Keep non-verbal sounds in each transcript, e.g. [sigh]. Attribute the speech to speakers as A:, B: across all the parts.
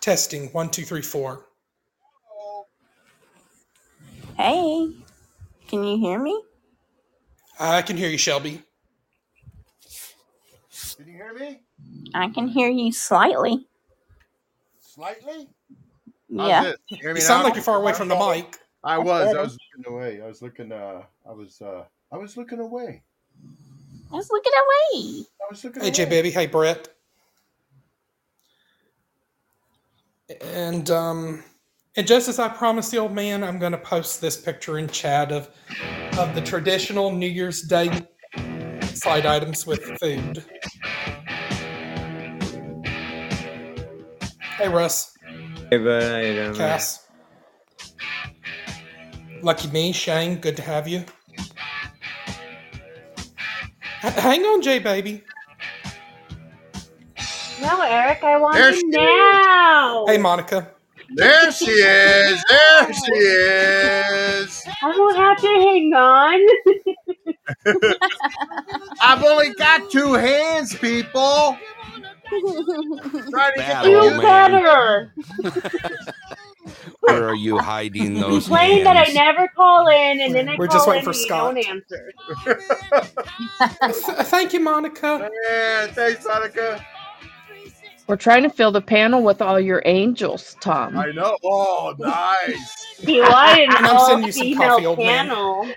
A: Testing one, two, three, four.
B: Hey, can you hear me?
A: I can hear you, Shelby.
B: I can hear you slightly. yeah.
A: You sound like you're far away from the mic.
C: I
B: That's
C: was. I
B: better.
C: was looking away. I was looking. Uh, I was. Uh, I was looking away.
B: Just look it away.
C: I was looking.
A: Hey, J
C: away.
A: Baby. Hey, Brett. And um, and just as I promised the old man, I'm going to post this picture in chat of of the traditional New Year's Day side items with food. Hey, Russ,
D: Hey, bud, how you doing, man?
A: Cass, Lucky me, Shane. Good to have you. H- hang on, J Baby.
E: No, Eric, I want
C: There
E: you
C: she
E: now.
A: Hey, Monica.
C: There she is. There she is.
E: I won't have to hang on.
C: [laughs] I've only got two hands, people. Trying to get
F: Bad
C: the
F: old
E: Do
C: music.
F: man.
E: better.
F: Where are you hiding those
E: Complain that I
F: hands?
E: never call in, and then I
A: We're
E: call
A: just
E: in
A: waiting for
E: and you
A: Scott.
E: don't answer.
A: Th- [laughs] Thank you, Monica.
C: Yeah, thanks, Monica.
G: We're trying to fill the panel with all your angels, Tom.
C: I know. Oh, nice.
E: You are an
A: And I'm sending you some coffee,
E: all-female
A: old man.
E: panel.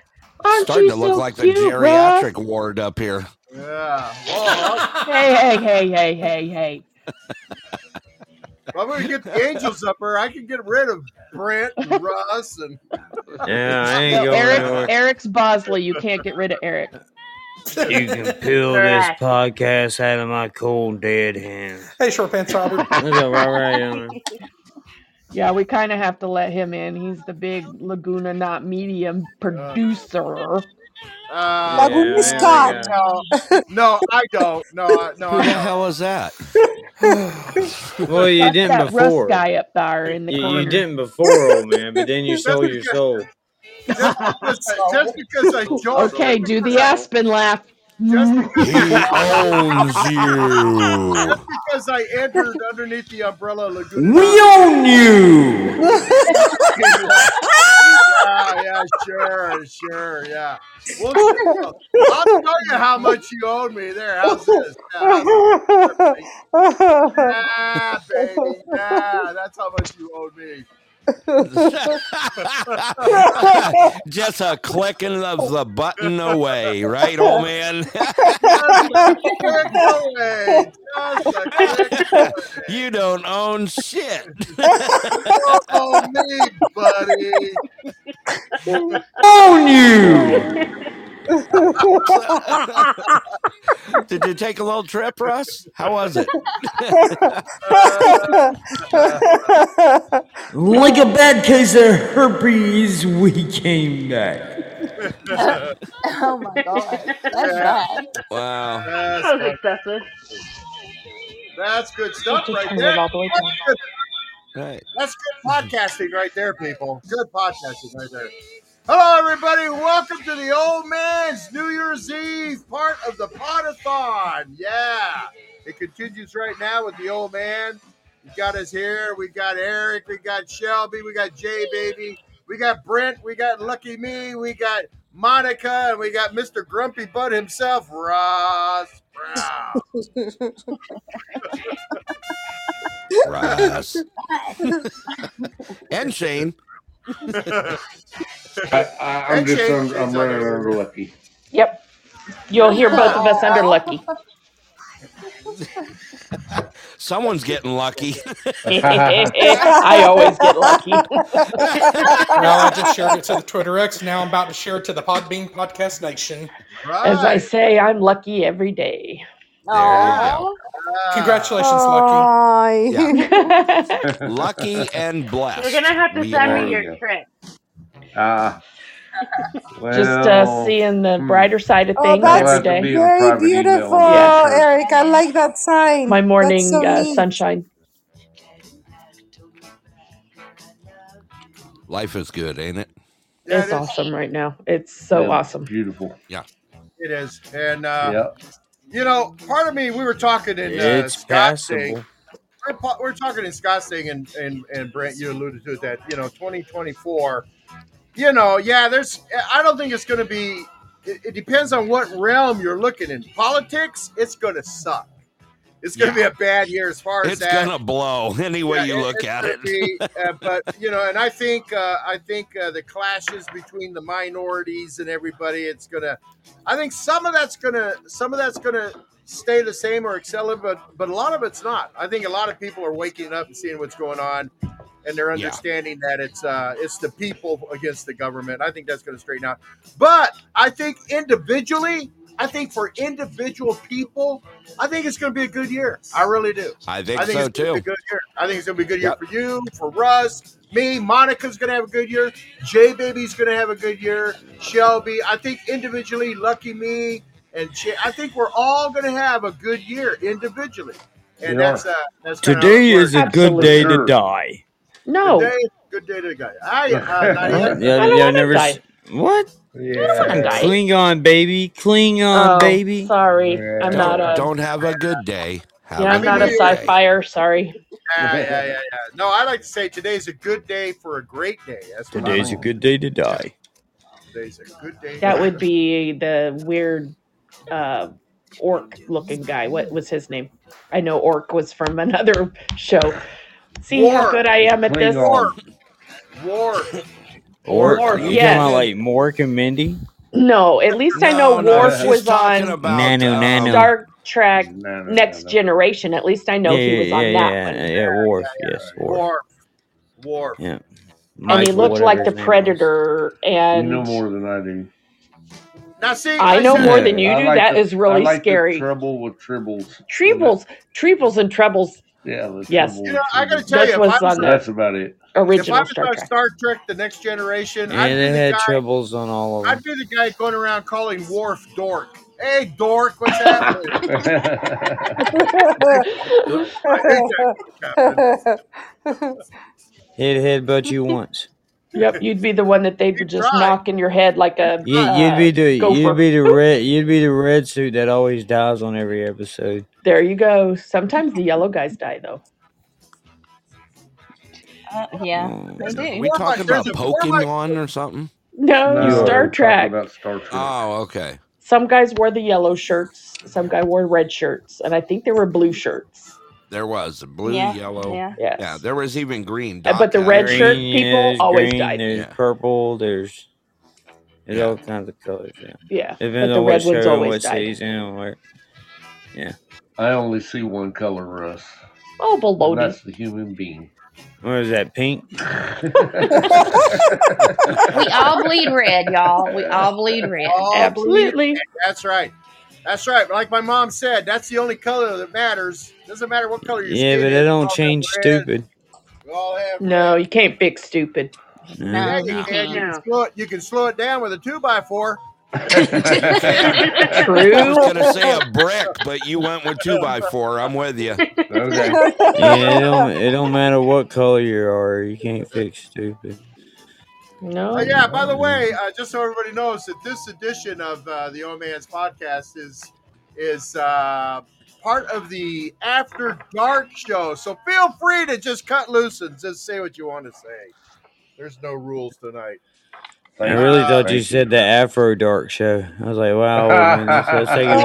G: Aren't
F: Starting
G: you
F: to look
G: so
F: like the
G: cute, Russ?
F: geriatric ward up here.
C: Yeah. Well,
G: Hey, hey, hey, hey, hey, hey.
C: if I'm gonna get the angels up here. I can get rid of Brent and Russ and
D: Oh, Yeah, I ain't
G: No,
D: going
G: Eric's,
D: nowhere.
G: Eric's Bosley. You can't get rid of Eric.
H: You can peel this
E: Correct.
H: podcast out of my cold dead hands.
A: hey, short pants Robert.
D: What's up, Robert? How you doing, man?
G: Yeah, we kind of have to let him in. He's the big Laguna Not Medium producer.
C: uh,
D: Oh, Yeah,
I: Laguna
D: there we
I: Scott.
D: go.
C: No, no, I don't. No, I- no,
F: Who
C: I don't.
F: the
J: [laughs]
F: hell is [laughs]
J: [sighs]
F: that?
D: Well, you
G: That's
D: didn't
G: that Russ
D: before.
G: guy up there in the
D: You,
G: corner.
D: you didn't before, old man, but
F: [laughs]
D: then you sold your soul.
I: [laughs]
C: Just just because I joined.
G: okay, do the Aspen laugh. [laughs]
C: Just
F: He owns you.
C: Just because I entered underneath the umbrella
K: [laughs]
C: lagoon.
D: We own you!
C: yeah, Oh, yeah, sure, sure, yeah. Well, I'll tell you how much you owe me there. How's this? Yeah, how's- yeah, Ah, baby, yeah, that's how much you owe me.
F: Just a clicking of the button away, right, old
D: [laughs]
F: man?
C: Just a click away. Just a click away.
F: you don't own shit.
C: Oh, me, buddy.
D: Own you!
F: [laughs] Did you take a little trip, Russ? How was it? [laughs]
C: Uh,
L: Like a bad case of herpes, we came back.
B: [laughs] Oh my god, that's
C: Yeah.
B: bad.
F: Wow.
C: that's,
E: That was excessive.
C: that's good stuff
G: Just
C: right
G: turn
C: there.
G: it all the way down.
F: Right.
C: That's good podcasting right there, people. Good podcasting right there. Hello, everybody. Welcome to the Old Man's New Year's Eve part of the Potathon. Yeah. It continues right now with the Old Man. We got us here. We got Eric. We got Shelby. We got Jay Baby. We got Brent. We got Lucky Me. We got Monica. And we got Mr. Grumpy Bud himself, Ross Brown.
E: [laughs]
F: Russ. and Shane.
M: I, I, I'm
C: And
M: just
C: Shane-
M: I'm, I'm
C: Shane's
M: running
C: on there.
M: under lucky.
G: Yep. You'll hear both of us under Lucky.
F: Someone's
E: [laughs]
F: getting
G: [laughs]
F: lucky.
G: I always get
F: [laughs]
G: lucky.
A: [laughs] Well, I just shared it to the Twitter X. Now I'm about to share it to the Podbean Podcast Nation.
G: As I
C: Right.
G: say, I'm lucky every day.
F: There
B: Oh,
G: [laughs]
A: Congratulations, Lucky.
I: Aw. [laughs]
F: Yeah.
G: That's
F: Lucky and blessed.
E: You're gonna have to
F: We
E: send
F: are.
E: me
M: are,
E: your
M: yeah.
E: trick.
M: Ah,
G: just
M: well,
G: uh, [laughs] seeing the
M: hmm.
G: brighter side of
I: Oh,
G: things
M: I'll
I: that's
M: have to be
G: every day.
M: in a
I: Very
M: private email
I: beautiful,
M: on that
G: Yeah.
M: shirt.
I: Eric. I like that sign.
G: My
I: That's so
G: morning uh,
I: neat.
G: sunshine.
F: Life is good, ain't it?
C: Yeah,
G: is
C: it is.
G: awesome right now. It's so
M: Yeah,
G: awesome.
M: Beautiful.
C: It is. And uh,
M: Yep.
C: You know, part of me, we were talking in uh,
H: It's
C: Scott's thing.
H: passable.
C: we're, po- we're talking in Scottsdale, and, and and Brent, you alluded to it that you know 2024. You know, yeah, there's. I don't think it's going to be. It, it depends on what realm you're looking in. Politics, it's going to suck. It's going to
F: Yeah.
C: be a bad year as far as
F: It's
C: that.
F: gonna blow any way
C: Yeah,
F: you
C: it-
F: look
C: it's
F: at
C: gonna
F: it.
C: be, uh, but you know, and I think uh, I think uh, the clashes between the minorities and everybody, it's gonna. I think some of that's gonna some of that's gonna stay the same or accelerate, but but a lot of it's not. I think a lot of people are waking up and seeing what's going on, and they're
F: Yeah.
C: understanding that it's uh, it's the people against the government. I think that's gonna straighten out. But I think individually. I think for individual people, I think it's going to be a good year. I really do.
F: I think
C: I think
F: so,
C: it's gonna be
F: too.
C: a good year. I think it's gonna be a good year
F: Yep.
C: for you, for Russ, me. Monica's gonna have a good year. Jay Baby's gonna have a good year. Shelby, I think individually, Lucky Me and Jay, I think we're all gonna have a good year individually. And
J: Yeah.
C: that's uh, that's kinda how
J: Today
C: it
J: is a
C: works.
J: good day to die.
G: No.
C: Today is a good day to go. I, uh, not
J: Yeah,
C: yet.
J: yeah,
G: wanna
J: never.
G: die.
J: s- What?
G: fucking die.
J: Cling on, baby. Cling on,
G: Oh,
J: baby.
G: Sorry, I'm not a.
F: Don't have a good day. Have
G: yeah,
F: a
G: I'm not a
F: good day.
G: sci-fire. Sorry.
C: yeah, yeah, yeah, yeah. No, I like to say today's a good day for a great day. That's what I
J: Today's a
C: like.
J: good day to die.
C: Today's a good day.
G: That would be the weird uh, orc-looking guy. What was his name? I know orc was from another show. See how
C: Orc.
G: good I am at this.
C: war, war.
J: Or
G: Or-
J: you
G: yes.
J: talking about like Mork and Mindy?
G: No, at least I know
F: No, no,
G: Worf
J: she's
G: was
F: talking
G: on
F: about,
J: Nano,
F: um,
J: nano.
G: Star Trek
M: No, no,
G: Next
M: no, no.
G: Generation. At least I know
J: yeah,
G: he was
J: yeah,
G: on
J: yeah,
G: that
J: yeah,
G: one.
J: yeah, Worf, yes, Worf.
C: war, war.
J: Yeah.
G: and he
J: Michael,
G: looked
J: Mm-hmm. whatever
G: like the
J: his name was.
G: predator
M: You
G: and
M: know more than I do.
C: Now see,
G: i know
C: said-
G: more than you do that
M: the-
G: is really
M: I like the
G: scary
M: Trouble with tribbles.
G: trebles trebles and trebles
M: Yeah, the
G: Yes.
M: trouble
C: You
M: with
C: know, I gotta
M: tribbles.
C: tell
G: This
C: you, if
G: was
C: I was,
G: on
C: on,
G: the- Oh.
M: That's about it.
C: if I
G: original
C: was
G: star
C: on
G: trek
C: Star Trek: The Next Generation,
J: Yeah,
C: I'd
J: they
C: be the
J: had
C: guy.
J: troubles on all of
C: I'd
J: them.
C: be the guy going around calling Worf dork. Hey, dork, what's happening? I hate that captain.
J: He'd headbutt you once.
G: yep you'd be the one that they would just
C: tried.
G: knock in your head like a
J: You,
G: uh,
J: you'd be the
G: gopher
J: you'd
G: [laughs]
J: be the red you'd be the red suit that always dies on every episode.
G: there you go sometimes the yellow guys die though
B: Uh, yeah, they
J: Mm.
B: do.
F: We talking
C: There's
F: about
C: a warlock-
F: Pokemon or something?
G: no,
M: no,
G: star
M: we're
G: trek
M: talking about Star Trek.
F: Oh, okay.
G: some guys wore the yellow shirts some guy wore red shirts and i think there were blue shirts
F: There was blue,
B: yeah,
F: yellow.
B: yeah.
G: yes
F: Yeah, there was even green.
G: Uh, but the
F: Doc had
G: red
F: her.
G: shirt
J: Green,
G: people
J: yeah, there's
G: always
J: green,
G: died.
J: there's
F: Yeah.
J: purple, there's there's
F: Yeah.
J: all kinds of colors, yeah.
G: Yeah, but
J: Depends
G: the
J: on what
G: red ones
J: show,
G: always
J: what
G: died.
J: season and where yeah.
M: I only see one color, Russ.
G: Oh,
M: And
G: baloney.
M: that's the human being.
J: What is that, pink?
B: [laughs] We all bleed red, y'all. We all bleed red.
C: all bleed.
G: Absolutely.
C: That's right. That's right. Like my mom said, that's the only color that matters. Doesn't matter what color your
J: Yeah,
C: skin
J: but
C: is.
J: that
C: we all
J: don't
C: have
J: change
C: red,
J: stupid.
C: we all have
G: No, you can't fix stupid.
J: No.
C: Yeah,
B: No,
C: you
B: you
C: can. You
B: can't.
C: can
N: No.
C: slow it. You can slow it down with a two by four.
F: I was
G: True.
F: gonna say a brick, but you went with two by four. I'm with you.
M: okay.
J: Yeah, it don't it don't matter what color you are, you can't fix stupid.
C: Oh,
G: No.
C: yeah. By the
J: Mm.
C: way, uh, just so everybody knows that this edition of uh, the Old Man's Podcast is is uh, part of the After Dark show. So feel free to just cut loose and just say what you want to say. There's no rules tonight.
J: I
M: Thank you.
J: really thought
M: Thank
J: you said the Afro Dark Show. I was like, wow, old man, that's, that's taking it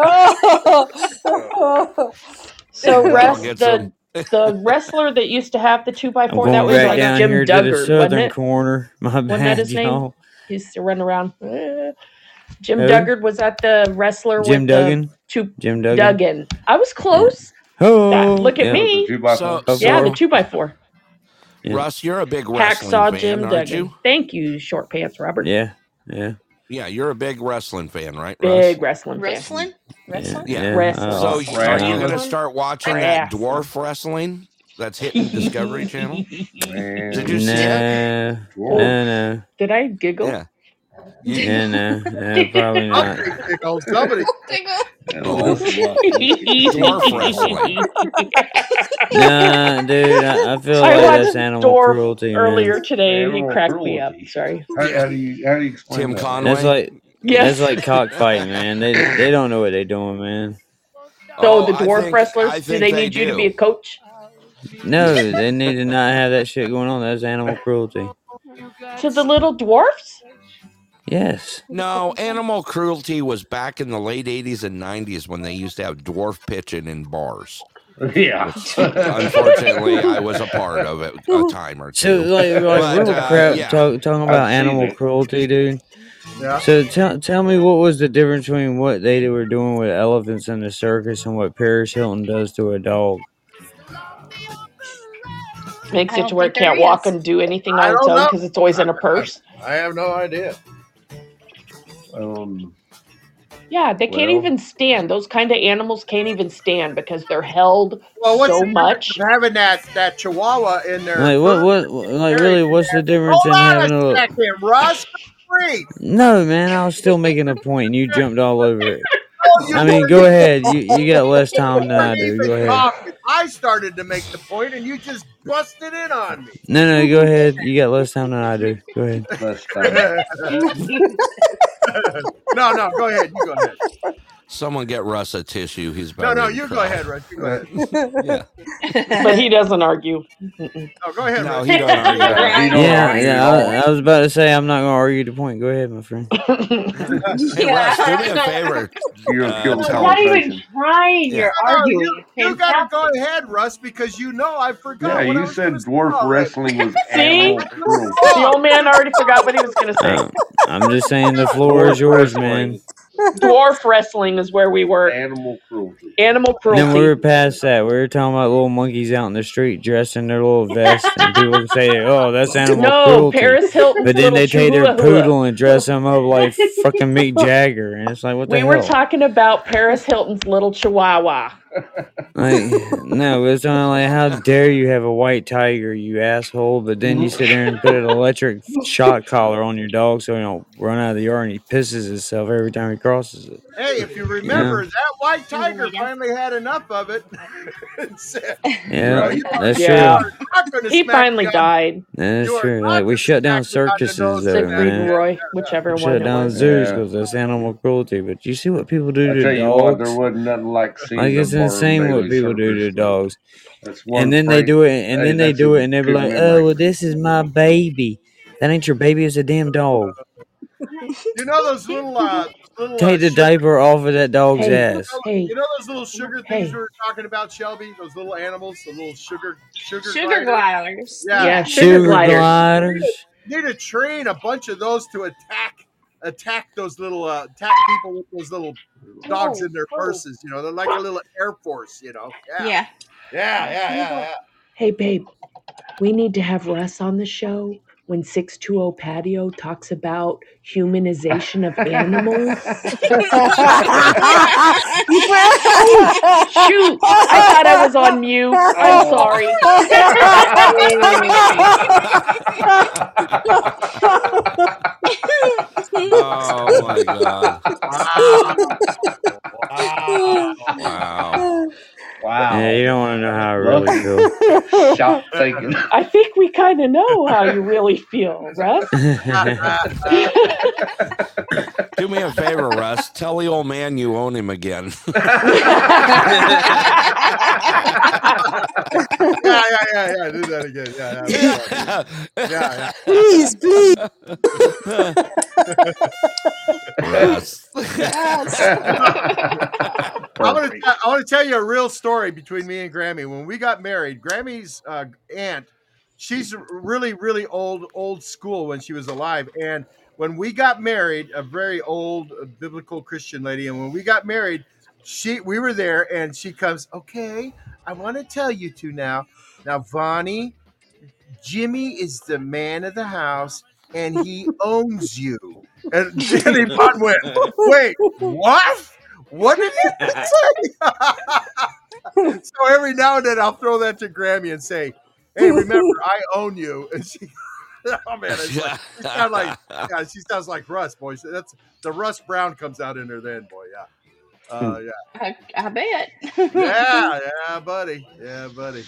J: a little
G: [laughs]
J: far.
G: So
C: I'll
F: I'll
G: rest
F: get
G: the
F: some.
G: the wrestler that used to have the two by
J: I'm
G: four, that
J: going
G: was
J: back
G: like
J: down
G: Jim
J: here to the
G: Duggar, wasn't
J: southern
G: it?
J: corner. [laughs] My
G: Wasn't that
J: bad,
G: his name?
J: y'all.
G: He used to run around. Eh. Jim
J: Who?
G: Duggard was that the wrestler
J: Jim
G: with the
J: Duggan?
G: two
J: Jim Duggan?
G: Duggan. I was close. That
J: Oh,
G: look at
J: yeah.
M: With the
G: me.
M: two by
F: So,
M: four?
J: Of
G: Yeah, the
J: course.
F: so
G: two by four.
J: Yeah.
F: Russ, you're a big wrestling
G: Hacksaw Jim
F: fan, aren't
G: Duggan.
F: you?
G: Thank you, short pants Robert.
J: Yeah. Yeah.
F: Yeah, you're a big wrestling fan, right, Russ?
G: Big wrestling fan.
K: Wrestling?
J: Yeah.
K: Wrestling?
F: Yeah.
J: Yeah. I
G: Wrestling.
F: So,
J: like
F: y- are you
J: wrestling.
F: going to
K: Wrestling?
F: start watching that
G: Wrestling.
F: dwarf wrestling that's hitting Discovery
J: [laughs]
F: Channel? Did you
M: Man.
F: see it?
K: Okay.
J: No,
M: Dwarf.
J: no, no,
G: Did I giggle?
F: Yeah. You,
J: no, no, no, probably not.
C: take tickle. Oh,
E: [laughs]
C: Somebody.
K: Tingle.
G: [laughs]
K: [laughs]
F: dwarf, dwarf wrestling.
J: Nah, dude, I, I [laughs] feel
G: I
J: like that's
G: watched
J: animal
G: Dwarf
J: cruelty, man.
G: earlier today and it
M: Animal
G: cracked me up.
M: cruelty.
G: Sorry.
M: How,
F: Yeah.
M: how do you how do you explain
F: Tim
M: that?
J: That's
F: Conway.
J: like that's
G: Yes.
J: like cockfighting, man. They they don't know what they're doing, man.
G: So
F: Oh,
G: the
F: I
G: dwarf
F: think-
G: wrestlers,
F: I
G: do
F: think
G: they
F: they
G: need you to
F: do.
G: be a coach?
J: No, they need to not have that shit going on. That's animal cruelty.
G: To the little dwarfs?
J: Yes.
F: No, animal cruelty was back in the late 80s and 90s when they used to have dwarf pitching in bars.
M: Yeah.
F: Which, unfortunately, I was a part of it a time or
J: So
F: two.
J: like, like
F: But,
J: real
F: uh,
J: crap
F: yeah.
J: talk, talking
F: I've
J: about
F: seen
J: animal
F: it.
J: cruelty, dude.
C: Yeah.
J: So tell tell me what was the difference between what they were doing with elephants in the circus and what Paris Hilton does to a dog?
G: Makes
C: I
G: it
C: don't
G: to where it
C: think there
G: can't walk
C: is.
G: and do anything
C: I
G: on its
C: don't
G: own
C: know.
G: because it's always in a purse.
C: I have no idea.
M: Um,
G: Yeah, they can't
M: Well-
G: even stand. Those kind of animals can't even stand because they're held
C: Well, what's
G: so
C: the
G: much.
C: difference of having that that Chihuahua in there?
J: Like what what like really what's the difference in
C: Hold on
J: having
C: a
J: a
C: second, Russ. Free.
J: No man, I was still making a point and you jumped all
F: [laughs]
J: over it.
C: Oh, you
J: [laughs] I mean
C: weren't
J: go
C: even-
J: ahead. You you got less time than I
C: weren't
J: do.
C: even
J: Go ahead.
C: talking. I started to make the point, and you just busted in on me.
J: No no go ahead. You got less time than I do. Go ahead.
C: [laughs]
J: [laughs]
C: no, no, go ahead. You go ahead.
F: Someone get Russ a tissue. He's
C: No,
F: about
C: no,
F: ready to
C: you go
F: cry.
C: ahead, Russ. You go ahead.
G: [laughs] But he doesn't argue. Mm-mm.
C: No, Oh, go ahead.
F: No,
C: Russ.
F: he
C: [laughs]
F: don't argue. Yeah, he don't
J: Yeah,
F: argue
J: yeah.
F: at all.
J: I, I was about to say I'm not gonna argue the point. Go ahead, my friend.
F: Hey, Russ, do me a favor. Uh,
J: kill
F: tell-
E: not even trying.
F: Yeah.
E: You're
C: No, no,
E: arguing.
C: Oh, you, you gotta go ahead, Russ, because you know I forgot.
M: yeah,
C: what I
M: you [laughs]
C: was
M: said dwarf wrestling
G: [laughs]
M: was
G: See?
M: animal cruelty.
G: The old man already forgot what he was going to say.
J: Um, I'm just saying the floor is yours, man.
G: Dwarf wrestling is where we were.
M: Animal cruelty.
G: Animal
J: Then we
G: cruelty.
J: were past that. We were talking about little monkeys out in the street dressed in their little vests, and people say, "Oh, that's animal
G: No,
J: cruelty."
G: Paris Hilton's
J: But then
G: little
J: they take their
G: Chihuahua.
J: poodle and dress him up like fucking Mick Jagger, and it's like, what the
G: We
J: hell?
G: were talking about Paris Hilton's
C: [laughs]
G: little chihuahua.
J: Like, no, it's not like, how dare you have a white tiger, you asshole? But then you sit there and put an electric shock collar on your dog so he don't run out of the yard and he pisses himself every time he crosses it.
C: Hey, if you remember,
J: Yeah.
C: that white tiger finally had enough of it. [laughs] and said,
J: Yeah,
C: "No, you are-
J: that's
C: you
J: true.
C: are not gonna
G: He
C: smack
G: finally
C: me on-
G: died.
J: That's true. Like, we shut down circuses, though,
G: Siegfried and
J: man.
G: Roy, whichever
J: We
G: one
J: shut
G: it
J: down
G: was.
J: zoos
M: Yeah.
J: because that's animal cruelty. But you see what people do
M: I
J: to
M: tell you what, there
J: dogs?
M: wasn't nothing like seeing
J: Like,
M: the
J: it's
M: Barnum
J: insane what
M: Bailey
J: people do to
M: circus. though.
J: dogs.
M: That's
J: and
M: one.
J: then they
M: Frank,
J: do it, and
M: hey,
J: then they
M: that's
J: do
M: a
J: it, and they be
M: good
J: like,
M: memory.
J: "Oh, well, this is my baby. That ain't your baby. It's a damn dog.
C: [laughs] You know those little, uh, those little uh,
J: Take the diaper off of that dog's ass."
C: you know those little sugar things we were talking about, Shelby? Those little animals, the little sugar sugar
B: Sugar gliders.
C: Yeah.
G: Yeah,
J: Sugar gliders.
C: Need to train a bunch of those to attack attack those little uh, attack people with those little
B: Oh,
C: dogs in their purses. You know, they're like a little air force. You know. Yeah. Yeah. Yeah. Yeah.
J: [laughs]
C: yeah.
G: Hey, babe, we need to have Russ on the show when 620 Patio talks about
C: [laughs]
G: humanization of animals.
E: [laughs]
G: [laughs] Shoot, I thought I was on mute. I'm sorry.
F: oh my god!
C: Ah.
J: Wow. Yeah, you don't want to know how I really
M: [laughs]
J: feel.
M: Shop thinking.
G: I think we kind of know how you really feel, Russ.
F: [laughs] Do me a favor, Russ. Tell the old man you own him again.
C: Yeah, yeah, yeah, yeah. Do that again. Yeah, yeah. yeah,
J: [laughs]
I: Please, please.
C: [laughs]
J: [laughs]
F: Russ.
C: I'm gonna t- I want to tell you a real story between me and Grammy. When we got married, Grammy's uh, aunt, she's really really old old school when she was alive, and when we got married, a very old uh, biblical Christian lady, and when we got married, she we were there, and she comes, okay, I want to tell you two now. Now, Vonnie, Jimmy is the man of the house, and he owns you. And Jenny Bond went, wait, what? What did you just say? [laughs] so every now and then I'll throw that to Grammy and say, hey, remember, I own you. And she, oh man, it's like, she sounds like, yeah, she sounds like Russ, boy. So that's the Russ Brown comes out in her then, boy. Yeah. Uh, yeah.
B: I, I bet.
C: Yeah, yeah, buddy. Yeah, buddy.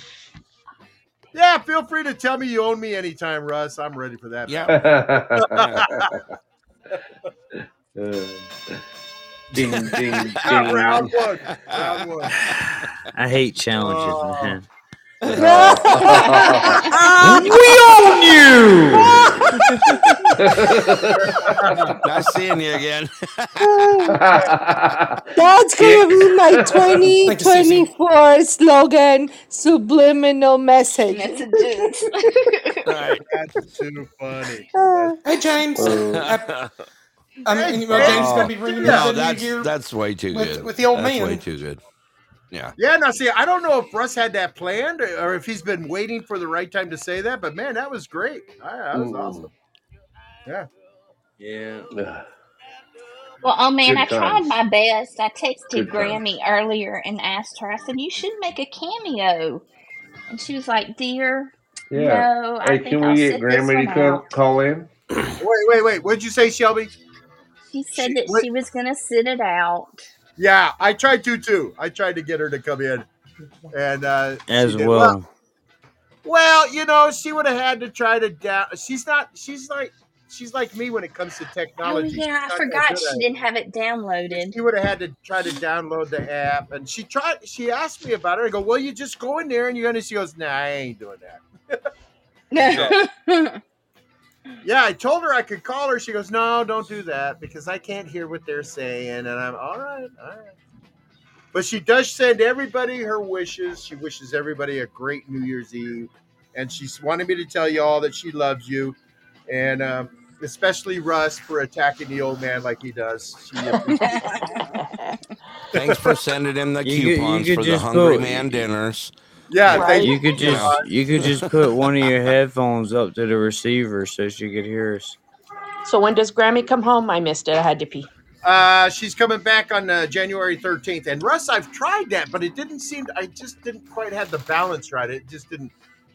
C: Yeah, feel free to tell me you own me anytime, Russ. I'm ready for [laughs] that.
M: Yeah.
D: Ding, ding, ding.
C: round one. Round one.
D: I hate challenges,
J: [laughs]
M: [laughs]
D: man.
F: Nice seeing you again. [laughs]
I: That's gonna be
M: [laughs]
I: my 2024 slogan: subliminal message. [laughs] Messages.
C: That's too funny.
I: Ah.
A: hey, James. I, I mean, you know, James is going
C: oh,
A: to be ringing in
F: no,
A: the new
F: that's,
A: year.
F: that's way too
A: with-
F: good.
A: with the old
F: that's
A: man.
F: way too good. Yeah.
C: Yeah, now see, I don't know if Russ had that planned or if he's been waiting for the right time to say that, but man, that was great. All right, that was awesome. [laughs] Yeah.
D: Yeah.
B: [laughs] Well, oh man, I
D: Good
B: tried
D: times.
B: my best. I texted
D: Good
B: Grammy earlier and asked her, I said, You should make a cameo. And she was like, Dear,
M: Yeah.
B: no, I
M: hey,
B: think
M: can
B: I'll
M: we get
B: sit this one
M: Grammy to come
B: out.
M: call in?
C: Wait, wait, wait. What'd you say, Shelby?
B: She said that she was going to sit it out.
C: Yeah, I tried to too. I tried to get her to come in, and uh,
J: [laughs]
H: As
C: she did-
H: well.
C: Well, you know, she would have had to try to down. She's not. She's like. She's like me when it comes to
B: Oh,
C: technology.
B: yeah, I
C: She's not that good
B: forgot
C: at
B: she
C: it.
B: didn't have it downloaded.
C: She would have had to try to download the app, and she tried. She asked me about it. I go, "Well, you just go in there and you're gonna." She goes, "Nah, I ain't doing
B: [laughs]
C: that." Yeah, I told her I could call her. She goes, "No, don't do that because I can't hear what they're saying." And I'm all right, all right. But she does send everybody her wishes. She wishes everybody a great New Year's Eve, and she's wanted me to tell you all that she loves you, and um, especially Russ for attacking the old man like he does. She
F: Thanks for sending him the
J: You could- you
F: coupons
J: could
F: for the
J: just
F: Hungry
J: put-
F: Man dinners.
C: Yeah,
F: thank
J: you could
F: you.
J: just you could just
F: [laughs]
J: put one of your headphones up to the receiver so she could hear us.
G: [laughs] So when does Grammy come home? I missed it. I had to pee.
C: [laughs] uh, she's coming back on uh, January 13th, and Russ, I've tried that, but it didn't seem. I just didn't quite have the balance right. It just didn't.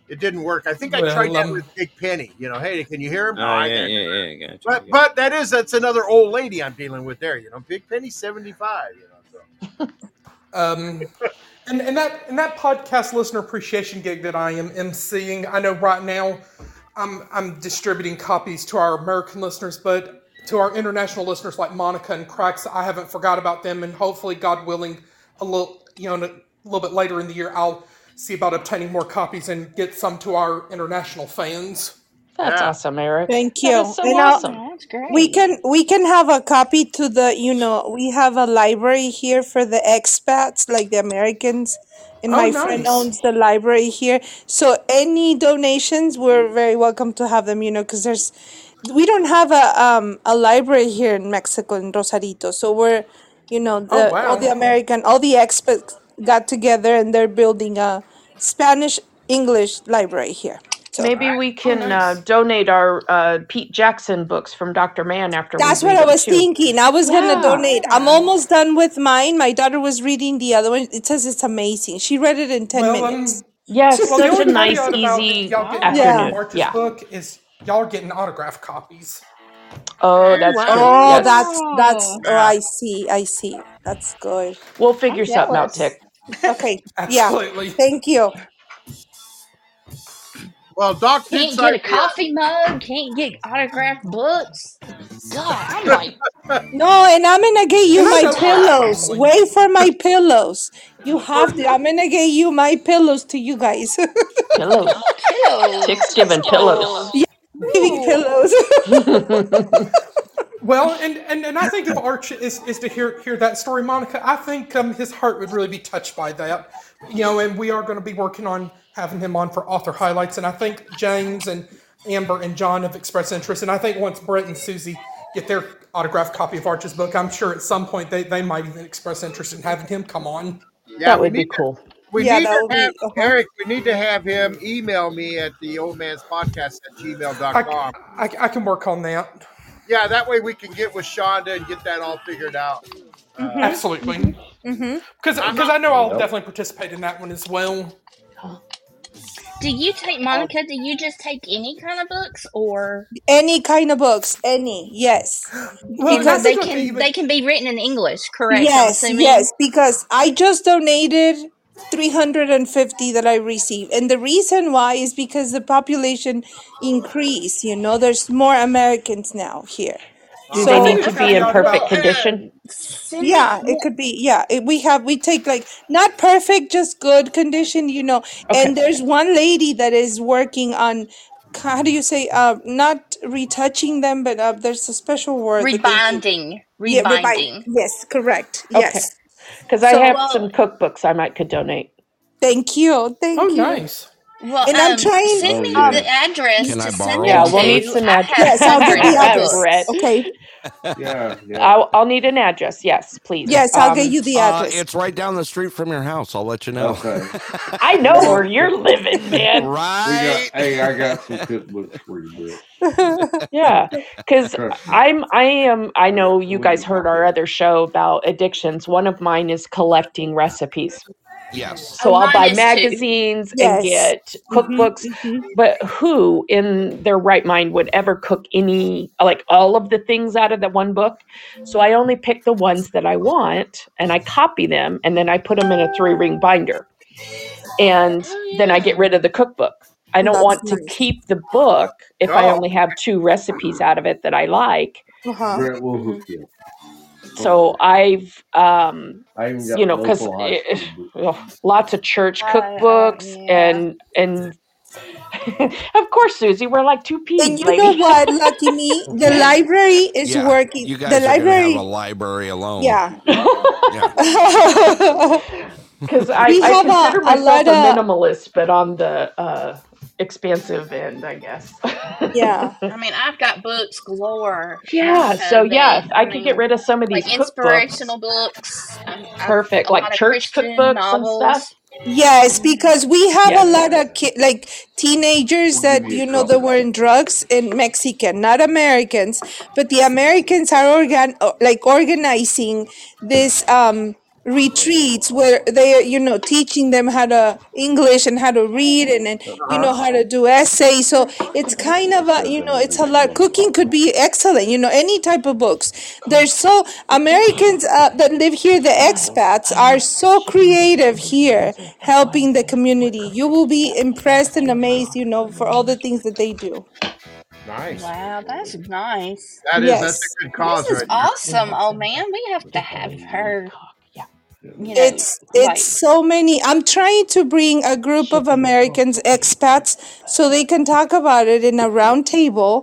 C: It didn't work. I think I
D: Well,
C: tried that
D: um,
C: with Big Penny. You know, hey, can you hear him?
D: Oh,
C: No, I
D: yeah,
C: can't hear
D: yeah,
C: him.
D: yeah. Gotcha.
C: But but that is that's another old lady I'm dealing with there. You know, Big Penny seventy five. You know, so.
A: Um, and, and that and that podcast listener appreciation gig that I am emceeing, I know right now I'm I'm distributing copies to our American listeners, but to our international listeners like Monica and Cracks, I haven't forgot about them, and hopefully, God willing, a little you know in a little bit later in the year, I'll see about obtaining more copies and get some to our international fans.
G: That's awesome, Eric.
I: Thank you.
G: That is so
I: And I'll-
G: awesome.
I: We can we can have a copy to the you know we have a library here for the expats like the Americans, and
A: Oh,
I: my friend
A: nice.
I: owns the library here. So any donations, we're very welcome to have them. You know, because there's we don't have a um a library here in Mexico in Rosarito, so we're you know the all the
A: Oh, wow.
I: American all the expats got together and they're building a Spanish English library here. So
G: Maybe we can
I: Oh, nice.
G: uh, donate our uh, Pete Jackson books from Dr. Mann after
I: That's
G: we
I: what
G: read
I: I
G: them
I: was
G: too.
I: thinking. I was gonna
G: Yeah.
I: donate. I'm almost done with mine. My daughter was reading the other one. It says it's amazing. She read it in ten
A: Well, um,
I: minutes.
G: Yes,
A: well, the
G: such a
A: only
G: nice,
A: caveat about if
G: easy
A: y'all get copies of
I: Yeah.
G: afternoon.
A: March's
G: Yeah.
A: book is y'all are getting autograph copies.
G: Oh, that's true.
I: Oh,
G: Yes.
I: that's that's. Oh,
A: Yeah.
I: I see. I see. That's good.
G: We'll figure something out, Tick.
A: [laughs]
I: Okay. Yeah.
A: Absolutely.
I: Thank you.
C: Well, Doc did
B: Can't get
C: cite
B: a coffee mug, can't get autographed books. God, I'm like,
I: No, and I'm gonna get you
B: And I
I: my
B: don't like that
I: pillows.
B: normally.
I: Wait for my pillows. You have to. I'm gonna get you my pillows to you guys. [laughs]
G: Pillows.
B: pillows.
G: Tick's giving pillows.
I: yeah, giving pillows. [laughs]
A: Well, and, and, and I think if Arch is, is to hear hear that story, Monica, I think um, his heart would really be touched by that. You know, and we are going to be working on having him on for author highlights. And I think James and Amber and John have expressed interest. And I think once Brett and Susie get their autographed copy of Arch's book, I'm sure at some point they, they might even express interest in having him come on.
C: Yeah, That we would be need to-
G: cool.
C: We
I: yeah,
C: need
I: that
C: to
I: would
C: have
I: be. Uh-huh.
C: Eric. We need to have him email me at the old man's podcast at gmail.com.
A: I, I can work on that.
C: Yeah, that way we can get with Shonda and get that all figured out.
B: Mm-hmm.
C: Uh,
A: Absolutely.
I: Mm-hmm.
A: Because
C: I'm
A: I know I'll
C: Yep.
A: definitely participate in that one as well.
B: Do you take Monica? Do you just take any kind of books, or
I: Any kind of books, any, yes.
A: Well, and I
B: because
I: Because
B: they
A: think what
B: can
A: they
B: they can be written in English, correct? I'm
I: yes,
B: assuming.
I: yes, because I just donated 350 that I received. And the reason why is because the population increased, you know, there's more Americans now here.
G: Do they need to be in perfect condition?
I: yeah it could be yeah it- we have we take like not perfect just good condition you know and there's one lady that is working on ca- how do you say uh not retouching them but uh, there's a special word that they use.
B: Rebinding.
I: yeah,
B: Rebinding.
I: rebind. yes correct
G: Okay.
I: yes
G: Because I
I: So-
G: have
I: Well-
G: some cookbooks I might could donate.
I: thank you thank you
B: Well,
I: and i'm
B: um,
I: trying
B: send me the address
G: Oh, Can I
B: to
G: borrow
B: send
G: Yeah,
B: it
G: we'll
B: to.
G: need some
B: I have
I: yes
G: address.
I: i'll get the
B: hundreds of
G: address,
B: books.
G: Brett.
I: okay
M: Yeah, yeah.
G: I'll, I'll need an address. Yes, please.
I: yes i'll get
G: Um,
I: you the
F: Uh,
I: address
F: it's right down the street from your house. I'll let you know. [laughs] Okay.
G: [laughs] I know where you're
F: [laughs]
G: living, man.
F: Right.
M: hey, I got some
I: [laughs]
M: cookbooks for you, Brett.
G: yeah because
M: Trust me.
G: i'm i am i know you guys
M: Absolutely.
G: heard our other show about addictions one of mine is collecting recipes
F: Yes.
G: so i'll buy
B: Mine is too.
G: magazines and
B: Yes.
G: get cookbooks but who in their right mind would ever cook any like all of the things out of the one book so i only pick the ones that i want and i copy them and then i put them in a three ring binder and then I get rid of the cookbook. I don't
I: that's
G: want to
I: nice
G: keep the book if I
M: Oh,
G: only have two recipes out of it that I like.
I: uh-huh
M: Brett will hook
G: Mm-hmm.
M: you up.
G: So I've, um,
M: I even
G: you
M: got
G: know, because
M: local high school
G: [laughs]
M: books.
G: oh, lots of church
B: Uh, uh,
G: cookbooks
B: yeah.
G: and and [laughs] of course, Susie, we're like two
I: And
G: peas,
I: you know
G: lady. [laughs]
I: what, Lucky Me? The library is
F: Yeah.
I: working.
F: You
I: The
F: guys are gonna have a
I: library,
F: library alone.
I: yeah.
F: Yeah.
I: [laughs]
G: Because I,
I: we
G: I
I: have a,
G: consider
I: a
G: myself
I: lot
G: a
I: of,
G: minimalist, but on the uh, expansive end, I guess.
I: yeah.
B: I mean, I've got books galore.
G: [laughs] Yeah,
B: So
G: so yeah,
B: they,
G: if I
B: I
G: could
B: mean,
G: get rid of some of
B: like
G: these cookbooks,
B: inspirational books. I'm, I've
G: perfect,
B: a
G: like
B: lot of
G: church
B: Christian
G: cookbooks and stuff.
B: novels.
I: Yes, because we have a
G: Yes.
I: lot of ki- like teenagers
M: We'll give
I: that
M: you
I: you
M: a
I: know that
M: couple.
I: were in drugs in Mexican, not Americans, but the Americans are organ o- like organizing these um retreats where they are you know teaching them how to English and how to read and, and you know how to do essays. So it's kind of a you know it's a lot. Cooking could be excellent. You know any type of books. There's so Americans uh, that live here, the expats are so creative here, helping the community. You will be impressed and amazed, you know, for all the things that they do.
C: Nice.
B: Wow, that's nice.
C: That is that's
I: Yes,
C: a good
B: This
C: cause
B: is
C: right there.
B: awesome, old man. We have to have her, you know,
I: it's it's
B: like,
I: so many. I'm trying to bring a group of Americans expats so they can talk about it in a round table.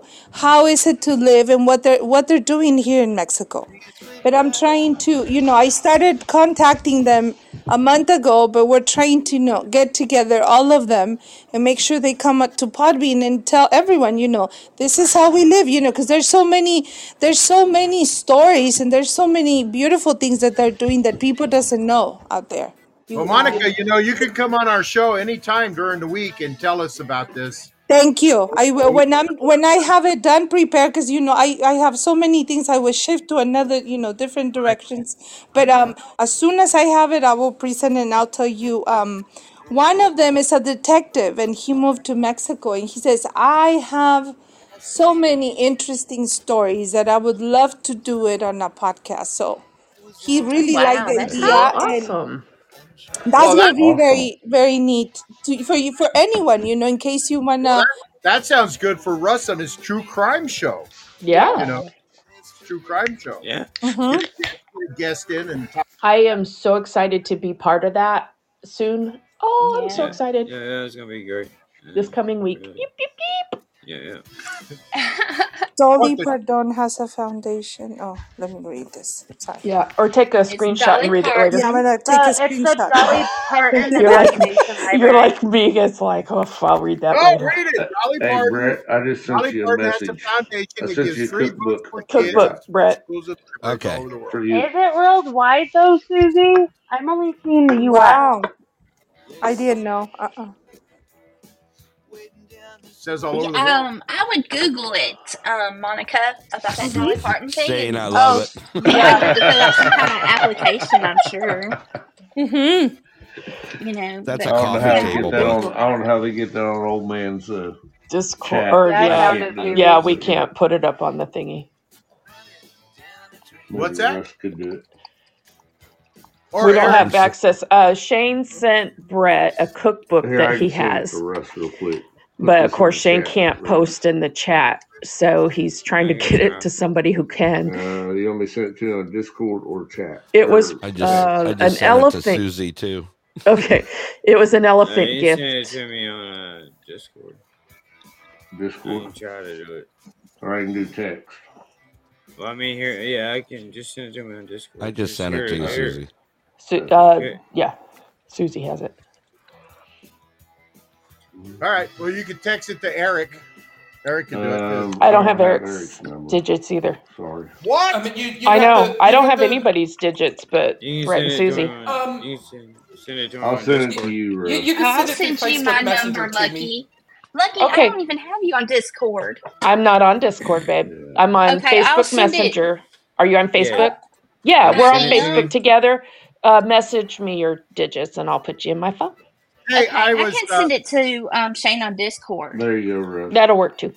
I: How is it to live and what they're what they're doing here in Mexico? but I'm trying to, you know, I started contacting them a month ago, but we're trying to, you know, get together all of them and make sure they come up to Podbean and tell everyone, you know, this is how we live, you know, because there's so many, there's so many stories and there's so many beautiful things that they're doing that people doesn't know out there.
C: Well,
I: You, you
C: Monica, you know you can come on our show anytime during the week and tell us about this.
I: Thank you. I will when I'm when I have it done prepared because you know I I have so many things I will shift to another you know different directions. But um, as soon as I have it, I will present and I'll tell you. Um, one of them is a detective and he moved to Mexico and he says I have so many interesting stories that I would love to do it on a podcast. So he really liked
B: wow,
I: the
B: that's
G: Oh,
I: idea
B: neat.
I: and
G: awesome.
I: that's
C: Well,
I: gonna
C: that
I: be
M: Awesome.
I: very very neat to, for you for anyone you know in case you
C: well,
I: wanna.
C: that, that sounds good for Russ on his true crime show. You
G: Yeah.
C: know,
B: Yeah.
C: true crime show.
D: Yeah.
I: Mhm.
C: Get a guest in and talk.
G: I am so excited to be part of that soon. Oh, I'm so
B: Yeah.
D: Yeah.
G: excited.
D: Yeah. Yeah. It's gonna be great. Yeah.
G: This coming week.
D: Really.
G: Beep, beep, beep.
D: Yeah. Yeah.
C: What
I: Dolly
C: the
I: Pardon has a foundation. Oh, let me read this. Sorry.
G: Yeah, or take a
B: It's
G: screenshot and
B: Dolly
G: read it later.
I: Yeah, I'm
B: Parton.
I: gonna take a
E: The, it's the
I: screenshot.
E: Dolly Parton
G: [laughs] You're like
E: Imagination
G: [laughs] you're
E: Library.
G: like me. It's like, oh, I'll read that
C: Oh,
G: later.
C: read it.
M: Uh,
C: Dolly
M: Hey,
C: Parton.
M: Brett, I just sent
C: Dolly
M: you a
C: Parton has a
M: message. I
C: foundation that
M: sent
C: gives
M: you a
C: free books
M: cookbook
C: for kids
G: Cookbook,
M: yeah,
G: Brett.
C: schools and libraries all
F: Okay.
C: over the world.
M: for
E: Is
M: you.
E: it worldwide though, Susie? I'm only seeing the U.S.
I: Wow, I didn't know.
A: Uh-uh. [laughs]
I: Uh uh
C: says all
B: Yeah,
C: over the world.
B: um, I would Google it, um, Monica, about that
I: hmm
B: Dolly Parton thing,
F: Saying I
B: and
F: love
E: Oh,
B: [laughs]
F: it.
B: you're gonna
E: yeah.
B: have to fill out some kind of application, I'm sure.
I: hmm
B: You know,
F: That's
M: I
F: a
B: but
M: don't
F: coffee
M: know how
B: yeah, I
M: they get
F: table
B: would
M: that
F: book.
M: on.
B: Google
M: I don't know
B: that.
M: how they get that on old man's uh,
G: Discord,
M: chat.
G: or
E: Yeah, I
M: I
G: yeah,
E: found
M: can't
E: it,
M: do it,
G: yeah.
E: Susie.
G: We
M: but uh,
G: can't put it up on the thingy.
M: maybe
C: What's that?
M: Russ could do it.
G: We
C: Or
G: don't
C: Eric?
G: have
M: Let's see.
G: access. Uh, Shane sent Brett a cookbook
M: Here,
G: that
M: I
G: he
M: can send it
G: has.
M: to Russ real quick.
G: But of course, Shane can't post in the chat, so he's trying to get it to somebody who can.
M: Uh, you want me to send it to you on Discord or chat?
G: It was,
F: I just,
G: uh,
F: I just
G: an
F: sent it to
G: elephant-
F: Susie too.
G: [laughs] Okay, it was an
D: Uh,
G: elephant
D: you
G: gift.
D: sent it to me on uh, Discord.
M: Discord.
D: I can try to do it.
M: Or I can do text.
D: Well, I mean, here, yeah, I can just send it to me on Discord.
F: I just sent it to you, Susie.
G: Su- uh, yeah, Susie has it.
C: All right. Well, you can text it to Eric. Eric can do it.
M: Um,
C: too.
G: I don't have Eric's digits either.
M: Sorry.
C: What?
A: I mean, you, you
G: I
A: have
G: know.
A: to-
G: I
A: you
G: don't
A: have
G: have
A: to-
G: anybody's digits, but
D: You
G: Brett
D: can
G: and
D: send it to
G: Susie.
D: him.
A: Um,
D: on- You can send, send it to him
M: I'll
D: on
M: send it
D: Discord.
M: to you, Ro.
A: You, you can
B: I'll
A: send it
B: send
A: through
B: you
A: Facebook
B: my
A: Messenger
B: number,
A: to me.
B: Lucky. Lucky, I
G: Okay.
B: don't even have you on Discord.
G: I'm not on Discord, babe. I'm on
B: Okay, I'll
G: Facebook
B: send it-
G: Messenger. Are you on Facebook? Yeah,
B: Yeah.
G: we're on
B: I am.
G: Facebook together. Uh, message me your digits and I'll put you in my phone.
C: Hey,
B: okay, I,
C: was,
B: can
C: uh,
B: send it to um, Shane on
C: [laughs]
B: Discord.
M: There you go, Ro.
G: That'll work too.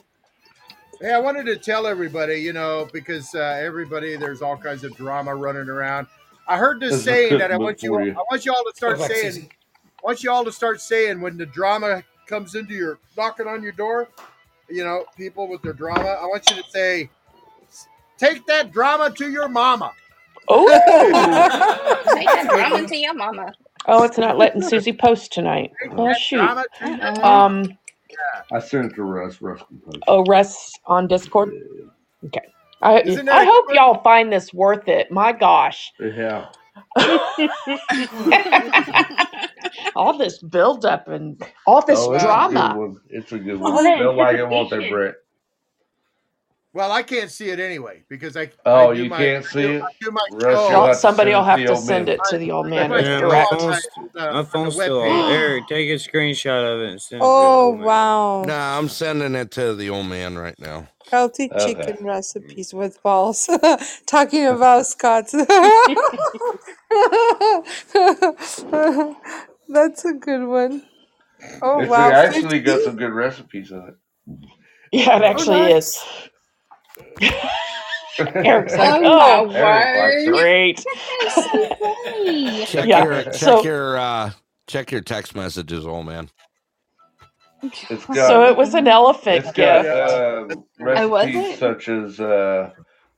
C: Hey, I wanted to tell everybody, you know, because uh, everybody, there's all kinds of drama running around. I heard this
M: That's a
C: saying that I
M: cookbook
C: want you,
M: for you.
C: I want you all to start
A: Go back,
C: saying,
A: Susie.
C: I want you all to start saying when the drama comes into your knocking on your door, you know, people with their drama. I want you to say, take that drama to your mama.
G: Oh,
B: Take that
A: Good
B: drama
A: one.
B: to your mama.
G: oh, it's not
M: [laughs]
G: letting Susie post tonight. Oh shoot.
C: Drama to
B: Uh-huh.
C: your mama.
G: Um.
M: I sent it to Russ. Russ can post
G: Oh, Russ on Discord. Okay. I
C: Isn't that
G: I
C: a
G: hope y'all find this worth it. My gosh.
M: it. Yeah.
G: [laughs] all this buildup and all this
M: Oh, it's a good
G: drama.
M: one. It's a good
G: All
M: one.
G: that
M: They'll like it, won't they,
G: anticipation.
M: Brett?
C: [laughs] Well, I can't see it anyway because I.
M: Oh,
C: I do
M: you
C: my,
M: can't
C: I
M: see
C: do,
M: it?
C: I do my
M: Russ, you'll
C: show.
G: Y'all,
M: have to send
G: somebody will
M: it to
G: have
M: the
G: to
M: old
G: send
M: man.
G: it to the old
C: I do
G: man
C: my
D: Yeah,
C: show
D: my
G: direct.
C: on
D: phone's
C: my uh,
D: my
C: on the
D: phone's
C: web
D: still off.
C: page.
B: [gasps]
D: Eric, take a screenshot of it and send it to the
I: Oh
D: old man.
F: No,
I: wow.
F: I'm sending it to the old man right now.
I: Healthy
M: Okay. Mm.
I: chicken recipes with balls. [laughs] Talking about Scott's. [laughs] That's a good one. Oh
M: It's uh,
I: wow,
M: actually got
I: fifty.
M: some good recipes in it.
G: [laughs] Yeah, it
I: Oh
G: actually is.
I: nice.
G: [laughs] Eric's like,
B: oh my
G: oh,
M: Eric likes it.
B: word.
G: great.
B: That is so funny.
F: Check
G: Yeah.
F: your check
G: So,
F: your uh check your text messages, old man.
M: It's got
G: so it was an elephant
M: it's got [laughs]
G: gift.
M: um,
B: Oh, was
M: recipes
B: it?
M: such as uh,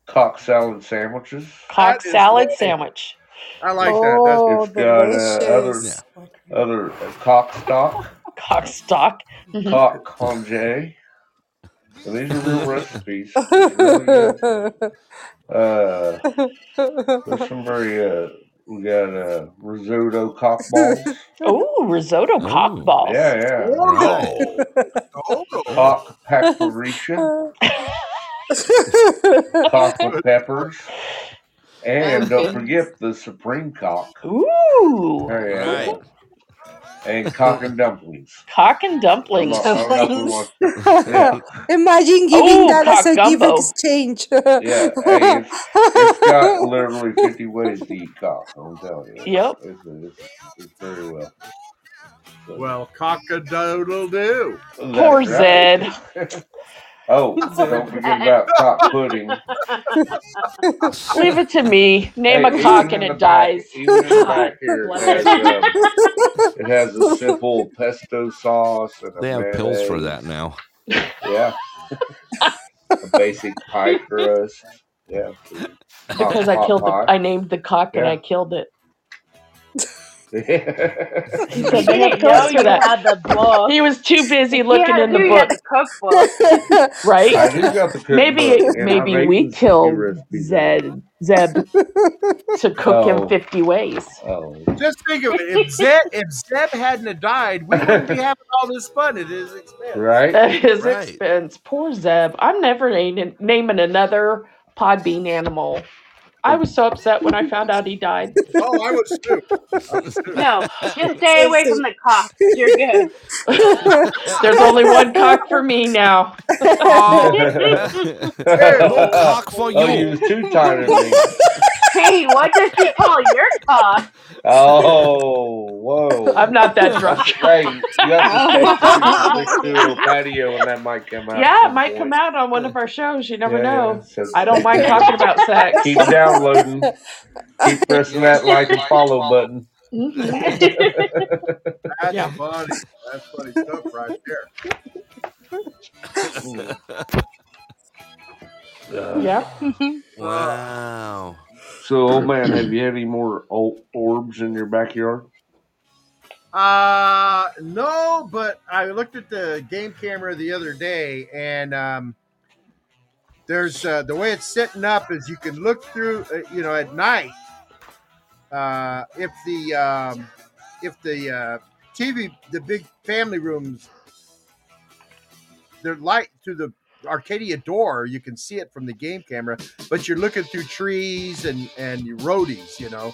M: cock salad sandwiches.
G: Cock
C: That is
G: salad
C: great.
G: sandwich.
C: I like that. That's
I: Oh,
M: It's got uh, other
I: delicious.
F: Yeah.
M: other uh, cock stock,
G: Cock stock.
M: [laughs]
G: Mhm.
M: cock congee. And these are real
G: [laughs]
M: recipes. It's really good. Uh, there's some very uh, we got uh, risotto cock balls.
G: [laughs] Oh, risotto cock
F: oh,
G: balls.
M: Yeah, yeah.
F: right.
C: Gordo. Gordo.
F: Yeah.
G: [laughs]
M: Cock paprika, cock [laughs] with peppers, and don't
B: Okay.
M: forget the supreme cock.
G: Ooh,
M: Oh yeah, yeah.
F: Right.
M: and cock and dumplings.
G: cock and
M: I'm not.
G: dumplings.
M: I'm not the one.
G: [laughs]
B: Dumplings.
M: Yeah,
I: [laughs] Imagine giving
G: Oh,
I: that as
G: cock
I: a gift
G: gumbo.
I: exchange. [laughs]
M: yeah. Hey, it's it's got literally 50 ways to eat cock. I'm telling you,
G: Yep.
M: it's it's, it's very well. So
C: Well, cock a doodle doo.
M: that's
G: Poor
M: right.
G: Zed. [laughs]
M: oh, don't
A: Zed.
M: forget about cock pudding.
G: Leave it to me. Name
M: Hey,
G: a cock
M: even
G: and
M: in the back,
G: it dies.
M: [laughs] even in the
B: Oh,
M: back here, it
B: bless
M: has
B: you.
M: um,
G: [laughs]
M: it has a simple pesto sauce and a
F: They have pills for that
M: mayonnaise. [laughs]
F: now.
M: Yeah, a basic pie crust. Yeah, cock
G: Because I
M: pot
G: killed the,
M: pie.
G: I named the cock and
M: Yeah.
G: I killed it. He
M: yeah,
B: You
G: said they have
B: didn't know
G: pills for
B: you
G: that.
B: had the book.
G: He was too busy
B: If you
G: looking
B: had,
G: in
B: if
G: the
B: you had
G: book,
B: the cookbook,
G: [laughs] right?
M: I do
G: [laughs]
M: got the cookbook,
G: Maybe,
M: and I've
G: maybe
M: eaten
G: we
M: some new
G: killed
M: recipes out of it.
G: Zed, Zeb to cook him
M: Oh,
G: 50 ways.
M: oh,
C: Just think of it.
G: [laughs]
C: If Zeb, if Zeb hadn't have died, we wouldn't be having all this fun at his expense.
M: right?
G: At his
F: Right.
G: expense. Poor Zeb. I'm never naming, naming another Podbean animal. I was so upset when I found out he died.
C: Oh, I was too. I was too. [laughs]
B: no, just stay
I: so
B: away from the cock. You're good.
G: There's only one cock for me now.
F: Oh,
G: [laughs]
M: [laughs]
F: no
C: Ew.
F: cock for
M: oh, you
F: you.
M: was too
F: [laughs]
M: tired of me.
B: hey, what does he call your cock?
M: [laughs] Oh,
G: I'm
M: whoa!
G: not
M: That's
G: that drunk.
M: hey, you
G: [laughs]
M: have to
B: Oh
M: stay six six
B: wow.
M: to a little patio, and that might come out at
G: yeah, it
M: some
G: might
M: point.
G: come out on one of our shows. You never
M: Yeah, yeah.
G: know.
M: So
G: I don't
M: keep [laughs]
G: mind
M: keep
G: talking about sex.
M: keep downloading, keep pressing that like and follow button.
C: That's
G: Yeah.
C: funny. That's funny stuff right there.
G: Yeah.
F: Wow.
M: So, old man, have you had any more old orbs in your backyard?
C: Uh no, but I looked at the game camera the other day, and um, there's uh, the way it's setting up is you can look through, uh, you know, at night. Uh, if the um, if the uh, TV, the big family rooms, they're light through the Arcadia door, you can see it from the game camera, but you're looking through trees and and roadies, you know.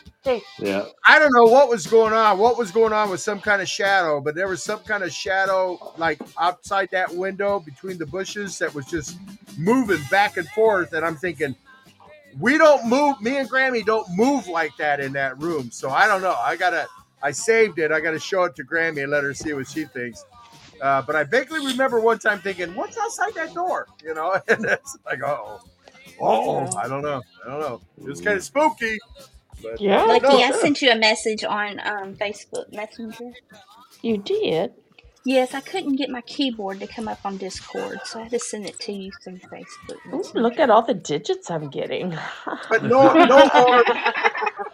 M: Yeah.
C: I don't know what was going on. What was going on with some kind of shadow, but there was some kind of shadow like outside that window between the bushes that was just moving back and forth. And I'm thinking, we don't move. Me and Grammy don't move like that in that room. So I don't know. I gotta. I saved it. I gotta show it to Grammy and let her see what she thinks. Uh, but I vaguely remember one time thinking, "What's outside that door?" You know, [laughs] and it's like, "Oh, oh, I don't know. I don't know. It was kind of spooky." But
B: Lucky,
C: No,
B: I sent you a message on um, Facebook Messenger.
G: You did?
B: Yes, I couldn't get my keyboard to come up on Discord, so I had to send it to you through Facebook
G: Ooh,
B: Messenger.
G: look at all the digits I'm getting.
C: But no,
G: [laughs]
C: no orb.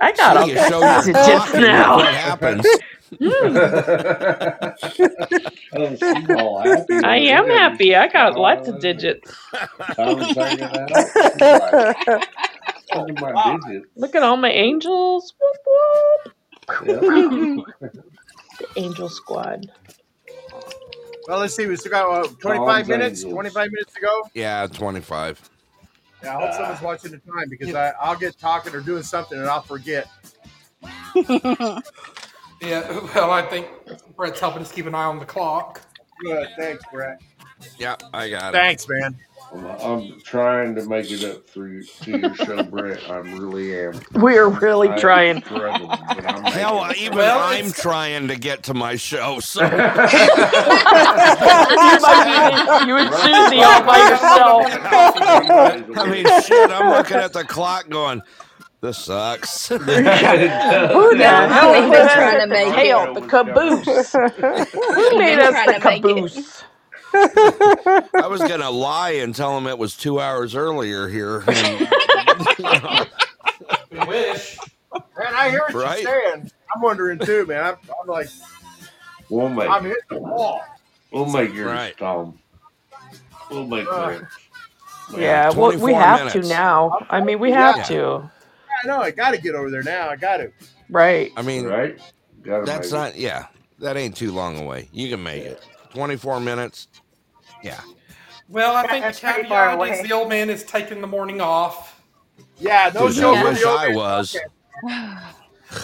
G: I got all
F: See, you show
G: kinds
F: your
G: of digits
F: coffee. Look what
G: now.
F: happens.
M: oh, she's all happy. Look
G: I am
M: at her.
G: happy. I got lots of
M: Smiling and [laughs]
G: digits.
M: Tongue's hanging out. She's like, look at my digits.
G: Look at all my angels.
M: Yeah.
G: the [laughs] angel squad.
C: Well, let's see. We still got uh, 25
M: Tom's
C: minutes.
M: Angels.
C: 25 minutes to go.
F: Yeah, 25.
C: Yeah, I hope someone's watching the time because I, I'll get talking or doing something and I'll
B: [laughs]
C: forget.
A: Yeah, well, I think Brett's helping us keep an eye on the clock.
C: Good. Thanks, Brett.
F: Yeah, I got it.
C: Thanks, man.
M: I'm, I'm trying to make it up through to your show,
C: [laughs]
M: Brett. I really am.
G: We're really
M: I am
G: trying.
M: struggling, but I'm making
F: Hell,
M: it.
F: even
A: Well,
F: I'm
A: it's-
F: trying to get to my show.
M: [laughs]
F: So [laughs]
G: you might be the, you and
M: Russell,
G: Susie all by
A: I got one
G: yourself.
A: on the coffee machine, Brett.
M: days a
F: I mean,
M: week.
F: shit, I'm looking at the clock going, this
M: [laughs]
F: sucks.
G: Who
M: Who
G: the
B: No,
G: hell
B: I've
G: put
B: been
G: us
B: [laughs] trying
G: at
B: to
G: the
B: make it.
G: tail, the caboose? [laughs] Who
B: I've
G: made
B: been
G: us the
B: trying to make it.
G: caboose?
F: I was going to lie and tell him it was two hours earlier here. And,
A: We wish.
C: Man, I hear what
F: Right?
C: you're saying. I'm wondering too, man. I'm, I'm like,
M: We'll make
C: I'm
M: it.
C: hitting the wall.
M: We'll make yours,
F: right.
M: Tom. We'll make
C: Ugh.
M: Brett.
F: Yeah,
G: Yeah, well, we
F: 24
G: have to
F: minutes.
G: now.
C: I'm,
G: I mean, we
C: yeah,
G: have
F: Yeah.
G: to,
C: I know. I got to get over there now. I got to.
G: right?
F: I mean,
M: Right? Gotta
F: that's
M: make it.
F: not, yeah, that ain't too long away. You can make
M: Yeah.
F: it. 24 minutes. Yeah.
A: Well, I
B: That,
A: think the
B: that's pretty far
A: caveat is
B: away.
A: the old man is taking the morning off,
C: Yeah, no
F: Dude, I
C: show
B: Yeah.
C: for the
F: wish
C: old
F: I
C: man
F: was.
C: podcast.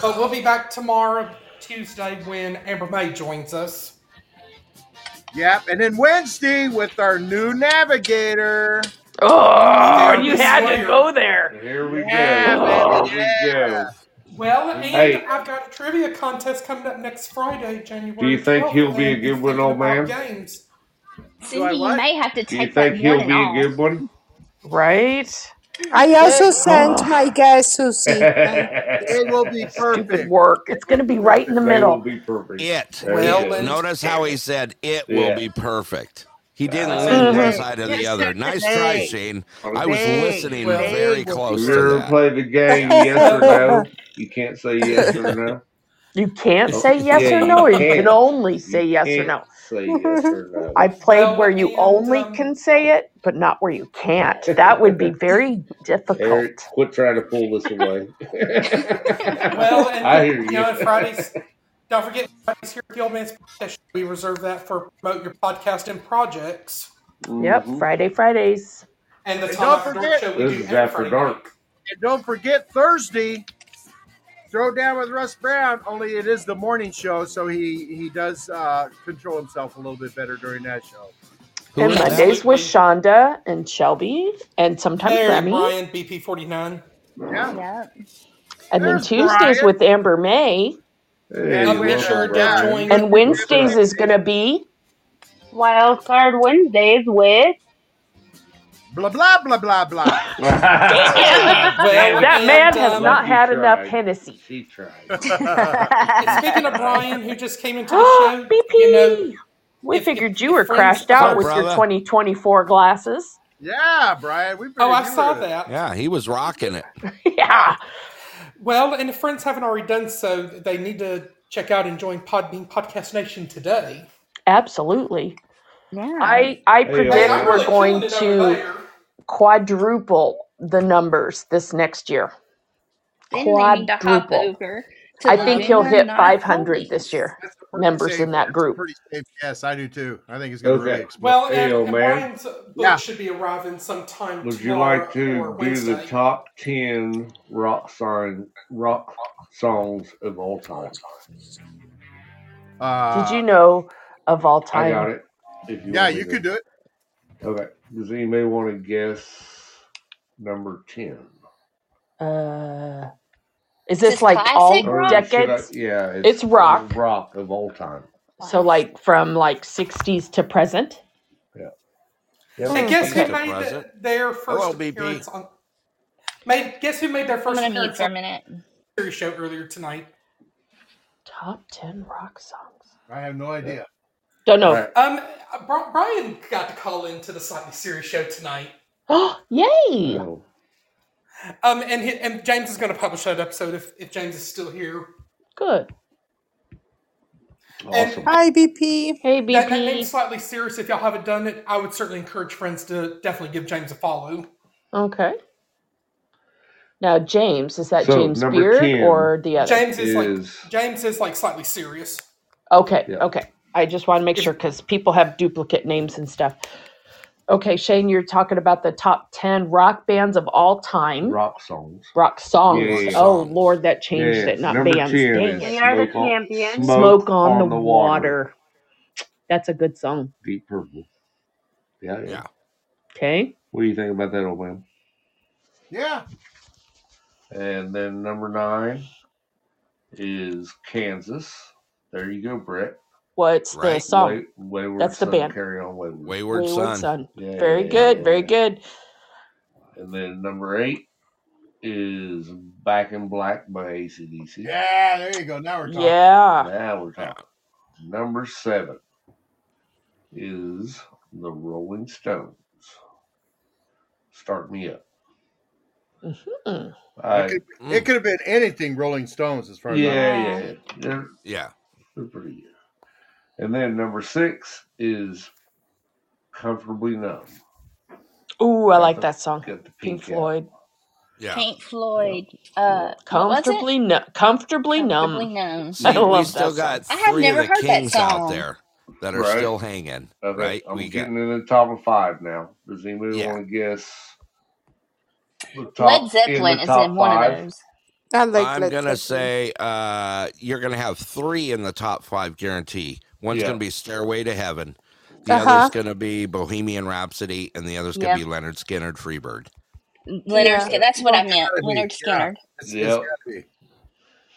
A: but we'll be back tomorrow, Tuesday, when Amber May joins us.
C: Yep. And then Wednesday with our new navigator.
G: Oh,
A: Wednesday,
G: you
A: the
G: had to
A: Slayer.
G: go there.
M: Here we
C: Yeah,
M: go.
C: baby.
G: Oh,
M: Here we
C: Yeah.
M: go.
A: Well, and
M: Hey,
A: I've got a trivia contest coming up next Friday,
M: do you
A: January
M: think
A: 12th,
M: he'll be a
A: and
M: good
A: he's
M: one,
A: thinking
M: old
A: about
M: man?
A: games.
C: Do I
B: Cindy, you
C: what?
B: may have to
M: Do you
B: take that
M: think he'll
B: morning
M: be [laughs] a
B: off.
M: good one?
G: right?
I: I also
C: It,
I: sent
G: Oh,
I: my guess,
M: [laughs]
I: Susie. I,
C: it will be
G: [laughs] stupid
C: perfect.
G: work.
C: It
G: It's
C: will
G: going to
C: be
G: be right
C: perfect.
G: in the
M: they will
G: middle.
M: be perfect.
F: It.
M: There you
A: Well,
M: go.
A: and
F: Notice how he said it will
M: Yeah.
F: be perfect. He didn't
A: it's
M: Ah,
A: in
F: lean one
G: Mm-hmm.
M: yeah.
A: May.
F: side or the
B: Just
F: other.
B: said
F: Nice try,
B: today.
F: Shane. I was
B: Today.
F: listening
A: Well,
B: Today
F: very
B: will
M: Have
B: be
F: close
M: you
F: to
M: ever
F: that.
M: played
C: [laughs]
M: the game yes or
A: well,
M: no? You can't say yes or no.
G: You can't
M: Oh,
G: say yes
M: yeah,
G: or
M: you
G: no. You can
M: can't.
G: only say
M: You
G: yes or
M: can't
G: no.
M: say yes or no.
G: I played where
A: well,
G: you
A: and
G: only
A: um,
G: can say it, but not where you can't. That would
M: [laughs]
G: be very difficult.
M: Eric, quit trying to pull this away. [laughs]
A: well, and
M: I hear
A: you
M: you.
A: know, and Fridays. Don't forget Fridays here at the Old Man's Podcast. Show. We reserve that for promote your podcast and projects,
G: Yep,
M: hmm
G: Friday Fridays.
A: and the
C: And
A: Tom
C: don't
A: After Dark
C: forget,
A: show we
M: This
A: do
M: is
A: every
M: after
A: Friday
M: dark.
A: night.
C: and don't forget Thursday. Throw down with Russ Brown. Only it is the morning show, so he he does uh, control himself a little bit better during that show.
F: Who
G: And
F: is that?
G: Mondays with
A: Absolutely.
G: Shonda and Shelby and sometimes
A: There's
G: Grammy.
A: Brian BP forty nine.
C: Yeah,
B: Yeah.
G: And then
C: there's
G: Tuesdays
C: Brian.
G: with Amber May.
M: Hey,
C: That's
A: Uh,
B: We're
A: which
M: welcome,
A: uh,
B: the
A: did
C: yeah.
A: join
M: Brian.
C: We're
G: And Wednesdays is going to be [laughs]
E: Wild Card Wednesdays with
C: Blah blah blah blah blah.
G: that man has not had enough Hennessy.
M: She
G: [laughs]
M: tried.
C: [laughs]
A: And Speaking of Brian, who just came
B: [gasps]
A: into the show, you know,
G: We figured you were
A: friends-
G: crashed out with your
F: Brother.
G: 2024 glasses.
C: Yeah, Brian. We
A: oh, I saw that.
F: Yeah, he was rocking it.
G: Yeah.
A: Well, and if friends haven't already done so, they need to check out and join Podbean Podcast Nation today.
G: Absolutely.
B: Yeah.
G: I, I
A: Hey,
G: predict
A: uh,
G: we're going to quadruple the numbers this next year.
B: Then we need to hop
G: Quadruple.
B: over to
G: I think he'll hit
B: November
G: 500 this year, members
C: safe-
G: in that group.
C: Yes, I do too. I think it's going to
M: Okay.
C: really explode.
A: Well, uh,
M: Hey,
A: and,
M: old
A: and
M: man.
A: Brian's book should be arriving sometime
M: Would you
A: tomorrow
M: like to
A: or
M: do
A: Wednesday.
M: the top ten rock sign rock songs of all time?
G: Did you know of all
M: Uh, I
G: time?
M: got it. If you
G: Yeah,
M: want me
G: you
M: to.
G: could
C: do it.
M: Okay. Does anybody want to guess number ten?
G: Uh, is
B: this
G: this like all
M: Or Oh, should I?
G: decades?
M: Yeah,
G: It's rock.
M: rock of all time.
G: So like from like 60s to present.
M: Yeah.
A: And guess who
G: Okay.
A: made [laughs] the, their first appearance on? Made, guess who made their 1st
B: gonna mute
A: appearance
B: for a
A: on
B: minute.
A: Series show earlier tonight?
G: Top ten rock songs.
C: I have no idea.
G: Don't know.
A: Um, Bri- Brian got to call into the Slightly Serious show tonight.
G: Oh, [gasps] Yay!
A: Um, and he, and James is going to publish that episode if, if James is still here.
G: Good.
A: Awesome.
I: Hi, BP.
G: Hey,
A: That, that name's slightly serious. If y'all haven't done it, I would certainly encourage friends to definitely give James a follow.
G: Okay. Now James, is that
M: So,
G: Uh, James
M: number
G: Beard
M: 10
G: or the other?
A: James is, like James is like slightly serious.
G: Okay.
A: Yeah.
G: Okay. I just want to make sure because people have duplicate names and stuff. Okay, Shane, you're talking about the top ten rock bands of all time.
M: Rock songs.
G: Rock songs.
M: Yeah, yeah, yeah.
G: Oh Lord, that changed
M: Yeah,
G: it, not
M: number
G: bands.
M: 10
G: Dang
M: is
G: it.
M: We are the Smoke on- champions.
G: Smoke, on, the, water. That's a good song.
M: Deep Purple. Yeah, yeah.
G: Okay.
M: What do you think about that, old man?
C: Yeah.
M: And then number nine is Kansas. There you go, Brett.
G: What's the song?
M: Wa- Wayward
G: That's the
M: Son,
G: band.
M: Carry on Wayward.
F: Wayward
G: Wayward
F: Son.
G: Son.
M: Yeah,
G: Very
M: yeah,
G: good.
M: yeah,
G: Very
M: yeah.
G: good.
M: And then number eight is Back in Black by ACDC.
C: Yeah, there you go. Now we're talking.
M: Now we're talking. Number seven is The Rolling Stones. Start me up.
G: Hmm.
M: I-
C: it, could, it could have been anything Rolling Stones as far as
M: Yeah,
C: I'm
M: yeah, yeah. They're,
F: yeah.
M: They're pretty good. And then number six is Comfortably Numb.
G: Ooh, I
M: Got
G: like
M: the-
G: that song.
M: Got the
G: Pink
M: pink out.
G: Floyd.
F: Yeah.
B: Pink Floyd. Uh, what was it?
G: Comfortably nu- comfortably
B: Comfortably
G: numb.
B: known.
F: See,
G: I
F: we
G: love
F: still
G: that
F: got
G: song.
B: I have
F: three of
B: never
F: the
B: heard that
F: kings out
B: song.
F: there that are
M: Right.
F: still hanging,
M: Okay,
F: right?
M: I'm
F: We got
M: getting in the top of five now. Does anybody want to guess the top
B: Led
M: in
B: Zeppelin
M: the
B: is in
M: top
B: one of
M: five?
B: those.
I: I like
F: I'm
I: Led
F: gonna
I: Zeppelin.
F: say uh, you're gonna have three in the top five guarantee. One's
M: Yeah.
F: gonna be Stairway to Heaven, the
I: Uh-huh.
F: other's gonna be Bohemian Rhapsody, and the other's gonna
B: Yep.
F: be Leonard Skinner Freebird.
B: Leonard
I: Yeah.
B: Skinner. That's what I meant.
C: gotta be,
B: Leonard
C: yeah.
B: Skinner.
C: It's,
M: Yep.
C: it's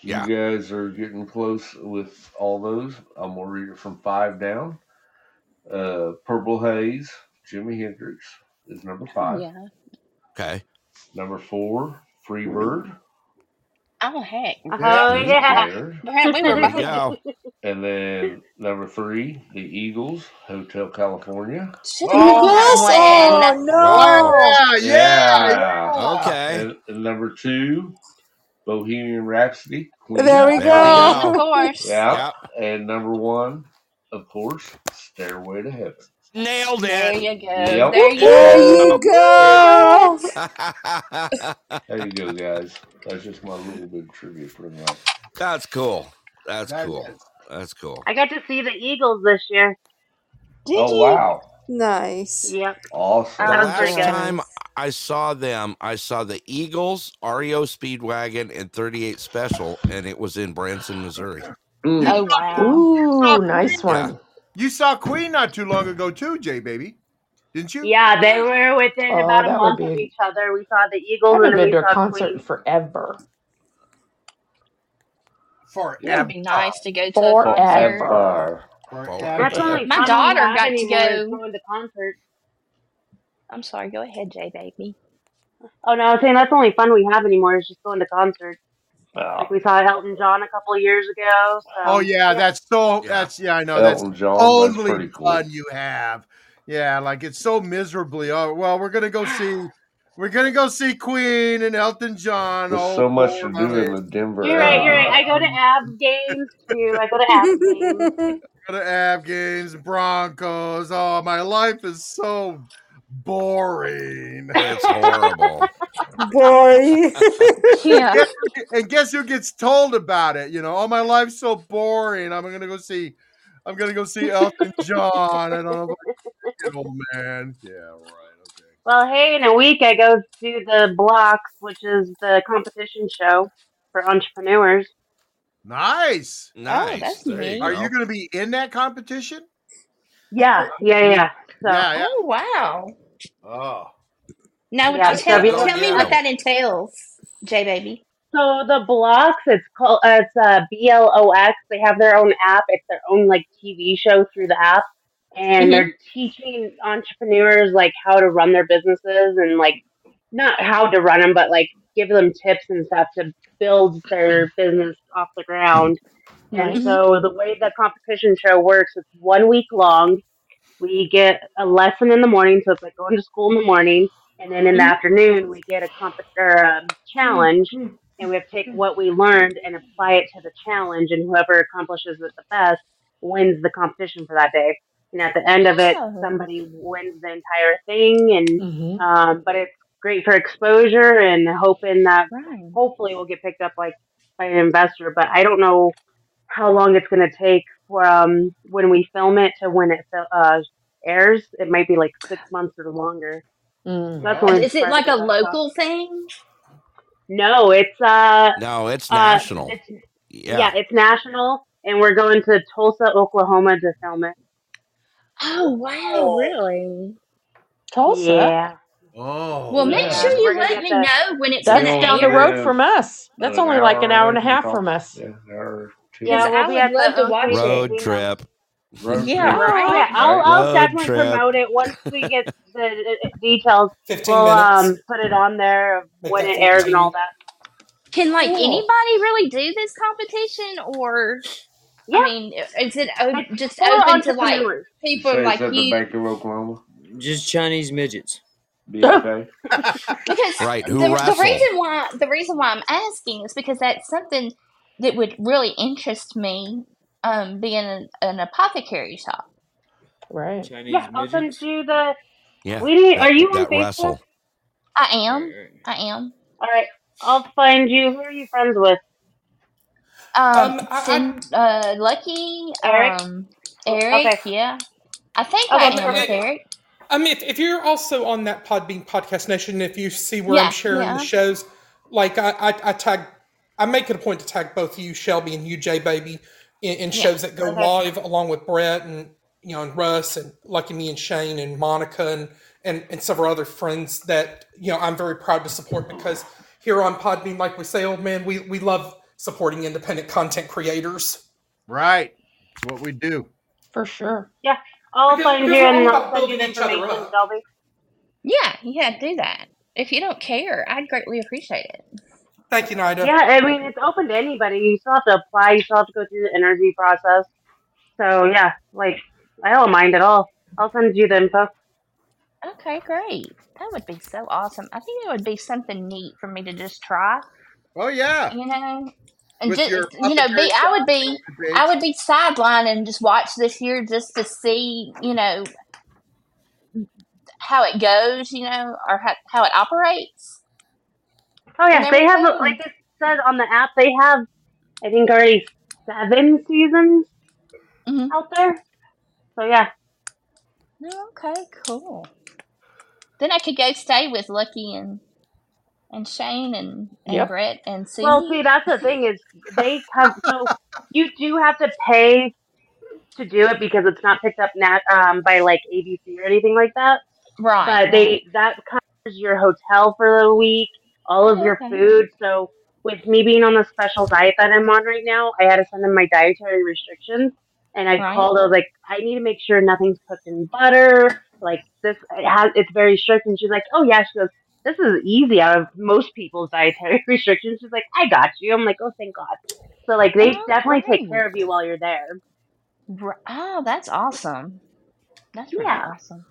M: You guys are getting close with all those. I'm gonna read it from five down. Uh, Purple Haze, Jimi Hendrix is number
B: Oh,
M: five.
B: yeah.
F: Okay.
M: Number four, Freebird.
B: Oh, heck.
E: Uh-huh,
M: Oh, yeah. There.
B: Brad, we were
M: [laughs]
F: There you
B: both.
F: go.
M: And then number three, the Eagles, Hotel California.
G: Oh,
B: Should have
F: Oh,
I: Eagles?
B: known that one.
I: Oh no.
F: Okay.
M: And, and number two, Bohemian Rhapsody. Queen.
I: There we
F: There we
I: go.
B: Queen, of
F: go.
B: course.
M: Yeah.
F: Yep.
M: And number one, of course, Stairway to Heaven.
F: Nailed
B: There
F: it.
B: you go.
M: Yep.
B: There you
I: There
B: go.
I: you go.
M: [laughs] There you go, guys. That's just my little bit of trivia for the night.
F: That's cool. That's
M: That
F: cool.
M: is.
F: [laughs] That's cool.
E: I got to see the Eagles this year.
B: Did
M: Oh,
B: you?
M: wow.
I: Nice.
E: Yep.
M: Awesome.
F: The
E: That was pretty
F: last
E: good.
F: time I saw them, I saw the Eagles, REO Speedwagon, and 38 Special, and it was in Branson, Missouri.
C: you
G: Oh
C: saw
G: wow. Ooh, nice
F: Yeah.
G: one.
C: you saw Queen not too long ago too, Jay baby, didn't you?
E: Yeah, they were within
G: Oh,
E: about a
G: that would
E: month
G: be
E: of
G: a,
E: each other. We saw the
G: I
E: Eagles and
G: haven't
E: then
G: been
E: we
G: to a
E: saw
G: concert in
E: Queen.
G: forever.
B: That would
C: Forever.
B: be nice to go to a concert.
G: Forever.
M: Forever.
E: That's
C: Forever.
E: only
B: My
E: fun we
B: daughter
E: have
B: got to
E: anymore is
B: go.
E: going to concerts.
B: I'm sorry. Go ahead, J baby.
E: Oh no, I was saying that's the only fun we have anymore is just going to concerts. Like we saw Elton John a couple of years ago. So
C: Oh yeah, that's so. That's yeah, I know.
M: Elton
C: that's
M: John, that's
C: only
M: pretty cool.
C: fun you have. Yeah, like it's so miserably. Oh well, we're gonna go see. We're gonna go see Queen and Elton John.
M: There's
C: oh,
M: so much to
C: Lord,
M: do
C: honey.
M: in the Denver
E: You're right. You're
M: area.
E: right. I go to ABS games [laughs] too. I go to ABS games.
C: [laughs] Go to Ab games, Broncos. Oh, my life is so [laughs] boring.
E: [laughs]
F: It's horrible.
G: [laughs]
I: Boring.
B: Yeah.
C: and guess who gets told about it? You know, oh, my life's so boring. I'm gonna go see. I'm gonna go see
E: [laughs]
C: Elton John. I don't know. If I old man. Yeah, right.
E: Well, hey, in a week I go to the Blocks, which is the competition show for entrepreneurs.
C: Nice.
B: Oh, that's There you neat.
C: Are
B: go.
C: you going to be in that competition?
E: Yeah, yeah, yeah. So
C: Yeah, yeah.
B: Oh wow.
C: Oh.
B: Now,
E: yeah, so
B: tell,
E: be-
B: tell me what that entails, J baby.
E: So the blocks, it's called uh, it's uh, BLOX. They have their own app. It's their own like TV show through the app, and
B: Mhm.
E: they're teaching entrepreneurs like how to run their businesses and like not how to run them, but like give them tips and stuff to build their business off the ground. And
B: Nice.
E: so the way the competition show works, it's one week long. We get a lesson in the morning, so it's like going to school in the morning, and then in
B: Mm-hmm.
E: the afternoon we get a comp or a challenge, and we have to take what we learned and apply it to the challenge, and whoever accomplishes it the best wins the competition for that day. And at the end of it,
B: Oh.
E: somebody wins the entire thing, and
B: Mhm.
E: um, but it's great for exposure and hoping that
B: Right.
E: hopefully we'll get picked up like by an investor. But I don't know how long it's going to take from when we film it to when it fil- uh, airs. It might be like six months or longer. So that's the
B: Is,
E: only
B: is it
E: surprising
B: like a
E: thing I saw.
B: local thing?
E: No, it's uh,
F: No, it's
E: uh,
F: national.
E: it's yeah,
F: Yeah.
E: it's national, and we're going to Tulsa, Oklahoma to film it.
B: Oh wow, really?
G: Tulsa.
E: Yeah,
C: Oh,
B: Well, make sure
E: yeah,
B: you
E: we're gonna
B: let
E: get
B: me
E: the
B: know when it's
G: That's
B: going
M: You
B: to
M: don't
B: air
G: down the road
M: live
G: from us. That's
M: an
G: only like an
M: hour
G: hour and
M: away
G: a
M: from
G: half from
M: Tulsa.
G: us.
M: Yeah, an hour or two
B: because
E: yeah.
M: hours.
E: We'll
B: I
E: be
B: would
E: at
B: love to
E: the
B: watch
E: Osage
B: it.
F: Road
E: Casino.
F: trip.
M: Road
B: Yeah,
M: trip,
E: Oh, oh
B: right.
E: yeah, I'll
M: right?
E: I'll
F: Road
E: definitely
F: trip.
E: promote it once we get the uh, details.
A: 15
E: We'll
A: minutes,
E: um put it on there of
A: make
E: when
A: that
E: it airs and all
A: 14.
E: that.
B: Can like anybody
G: Cool.
B: really do this competition, or I
E: Yeah,
B: mean, is it o-
E: it's
B: just
E: for
B: open to like
E: entrepreneurs.
M: You
B: people
M: say it's
B: like
M: at the
B: you?
M: Bank of Oklahoma,
D: Just Chinese midgets.
H: [laughs]
M: BFA.
B: Because
F: Right.
B: the
F: Who
B: the
F: wrestle?
B: reason why the reason why I'm asking is because that's something that would really interest me, um, being an, an apothecary shop.
G: Right.
E: Yeah,
D: Chinese
E: I'll send
D: midgets.
E: you the.
F: Yeah.
E: We need.
F: That
E: Are you on
F: that
E: Facebook?
F: wrestle.
B: I am,
D: Right,
B: I am.
E: All right, I'll find you. Who are you friends with?
B: Um,
A: Um, I,
B: Sid, uh, Lucky,
E: Eric.
B: um,
E: Oh,
B: Eric,
E: okay.
B: yeah, I think I
E: Okay.
B: am with
E: Perfect.
A: I,
B: Eric.
A: I mean, if, if you're also on that Podbean Podcast Nation, if you see where I'm
B: Yeah,
A: sharing the
B: yeah.
A: shows, like I, I, I tag, I make it a point to tag both you, Shelby, and you, J Baby, in, in
B: Yeah.
A: shows that go
E: Okay.
A: live, along with Brett and you know and Russ and Lucky Me and Shane and Monica and and, and several other friends that you know I'm very proud to support because here on Podbean, like we say, old man, we we love supporting independent content creators.
C: Right. It's what we do.
G: For sure.
E: Yeah, I'll
A: Because,
E: find
A: because
E: you
A: we're all
E: and I'll
A: about
E: send
A: building
E: you the
A: each other
E: information,
A: up.
E: Shelby.
B: Yeah, yeah, do that. If you don't care, I'd greatly appreciate it.
A: Thank you, Nida.
E: Yeah, I mean it's open to anybody. You still have to apply. You still have to go through the interview process. So yeah, like I don't mind at all. I'll send you the info.
B: Okay, great. That would be so awesome. I think it would be something neat for me to just try,
C: Oh yeah,
B: you know, and
C: with
B: just
C: your
B: you know,
C: apothecary
B: be I would
C: shop
B: be I
C: page.
B: would be sidelined and just watch this here just to see, you know, how it goes, you know, or how, how it operates
E: Oh
B: and
E: yeah, they have like
B: everything.
E: it says on the app. They have I think already seven seasons
B: hmm
E: out there. So yeah,
C: Oh,
B: Okay, cool. Then I could go stay with Lucky and and Shane and and
G: Yep.
B: Brett and
E: Well,
B: Susie.
E: see, that's the thing is they come.
B: [laughs]
E: So you do have to pay to do it because it's not picked up nat, um, by like ABC or anything like that.
B: Right,
E: But
B: right.
E: they that covers your hotel for the week, all of
B: Oh,
E: your
B: okay.
E: food. So with me being on the special diet that I'm on right now, I had to send in my dietary restrictions, and I
B: Right.
E: called. I was like, I need to make sure nothing's cooked in butter. like this it has it's very strict and she's like oh yeah she goes this is easy out of most people's dietary [laughs] restrictions she's like i got you i'm like oh thank god so like they
B: Oh,
E: definitely take
B: great.
E: care of you while you're there
B: Br- Oh, that's awesome. That's really
E: yeah
B: awesome.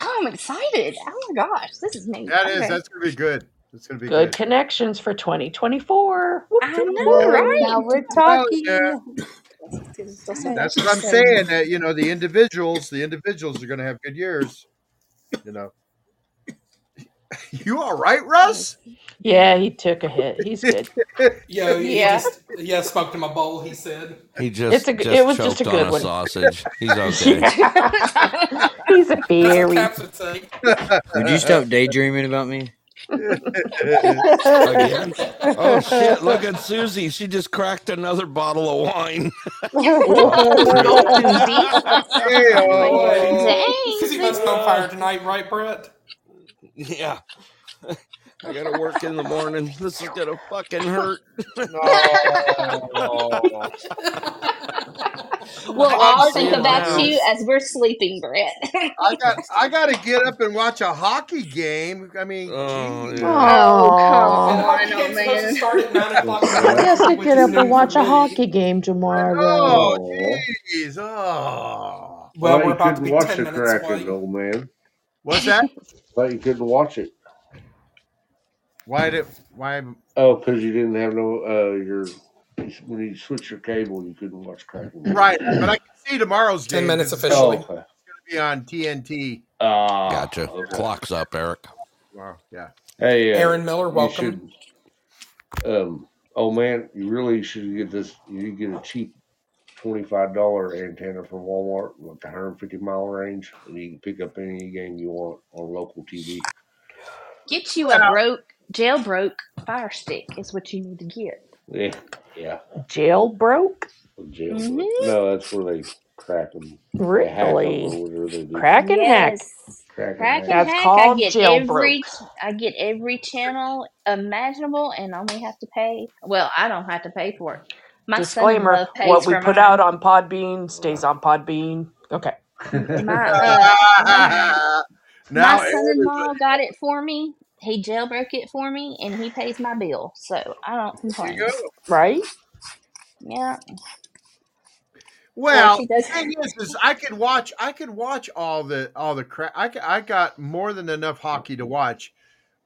B: Oh, I'm excited. Oh my gosh, this is neat.
C: That
B: I'm
C: is.
B: very.
C: That's gonna be good. That's gonna be
G: Good
C: good.
G: connections for 2024. Whoop,
B: I
G: whoop,
B: know,
G: whoop.
I: Whoa,
B: right?
I: now we're
C: Oh yeah.
I: talking.
C: [clears throat] That's what I'm saying. That you know the individuals, the individuals are gonna have good years. You know. You all right, Russ?
G: Yeah, he took a hit.
B: [laughs]
G: He's good.
A: Yeah, he
G: Yeah.
A: just yeah smoked in my bowl. He said,
F: He
G: It's
F: just
G: a. g- It
F: just
G: was just a
F: choked on
G: good
F: a
G: one.
F: sausage.
G: [laughs]
F: He's okay.
G: Yeah. [laughs] He's a
A: "That's what
G: berry.
A: cops would say."
G: [laughs]
J: Would you stop daydreaming about me?
F: Again? Oh shit! Look at Susie. She just cracked another bottle of wine.
G: Oh no.
B: Susie.
A: Oh boy,
C: Hey,
B: Dang,
A: Susie must be on
B: Susie.
A: fire
F: Uh,
A: tonight, right, Brett?
F: yeah, I gotta work in the morning. This is gonna fucking hurt. Oh,
C: no.
B: We'll
C: I
B: all
F: Fuck
B: think
F: you
C: got,
B: about
F: now.
B: you as we're sleeping, Brett. [laughs]
C: I got, I got to get up and watch a hockey game. I mean,
F: Oh
C: geez.
F: yeah.
B: oh, come
A: And the
G: Oh.
A: hockey
B: on, oh
A: game's supposed to
B: man.
A: start at nine o'clock in the
G: I
A: morning,
G: guess I
A: which
G: get
A: is
G: up and
A: noon for
G: watch a
A: me.
G: hockey game
C: I
G: tomorrow.
C: know.
M: Oh,
C: Jeez. Oh.
A: Well, we're
M: thought you
A: about to
M: couldn't
A: be
M: watch
A: ten
M: the
A: minutes
M: Kraken,
A: away.
M: old man.
C: What's that?
M: Thought you couldn't watch it.
C: Why did? Why?
M: Oh, because you didn't have no uh your when you switch your cable, you couldn't watch Kraken games.
C: Right. But I can see tomorrow's
A: Ten
C: game
A: minutes
C: because it's going
M: Oh,
A: officially.
M: okay.
C: to be on TNT
M: Ah,
F: Gotcha.
M: okay.
F: Clocks up, Eric.
C: tomorrow. Yeah.
M: Hey, uh,
A: Aaron Miller,
M: you
A: welcome.
M: should. Um, oh man, you really should get this. You get a cheap twenty-five dollar antenna from Walmart, like one hundred fifty mile range, and you can pick up any game you want on local TV.
B: Get you a
C: Well,
B: broke, jailbroke fire stick is what you need to get.
M: [laughs] Yeah, yeah.
G: Jailbroke?
M: a Jailbreak.
B: Mm-hmm.
M: No, that's where they crack them. They hack them
G: Really?
M: or whatever they do.
G: Crack and hack.
B: Yes.
M: Crack and
B: Crack
M: hack.
B: and
G: That's
B: hack. I
G: called
B: get every
G: jailbroke.
B: ch- I get every channel imaginable and only have to pay. Well, I don't have to pay for it. My son-in-law
G: Disclaimer
B: pays
G: what we
B: for [laughs]
G: put
B: mine.
G: out on Podbean stays
M: Wow.
G: on Podbean. Okay.
C: [laughs]
B: My uh my my
C: now
B: son-in-law
C: everybody.
B: got it for me. He jailbroke it for me and he pays my bill. So I don't
C: There you
B: complain.
C: go.
G: Right?
B: Yeah. Of course
C: Well,
B: he does.
C: the thing is, is I could watch. I could watch all the all the crap. I ca- I got more than enough hockey to watch,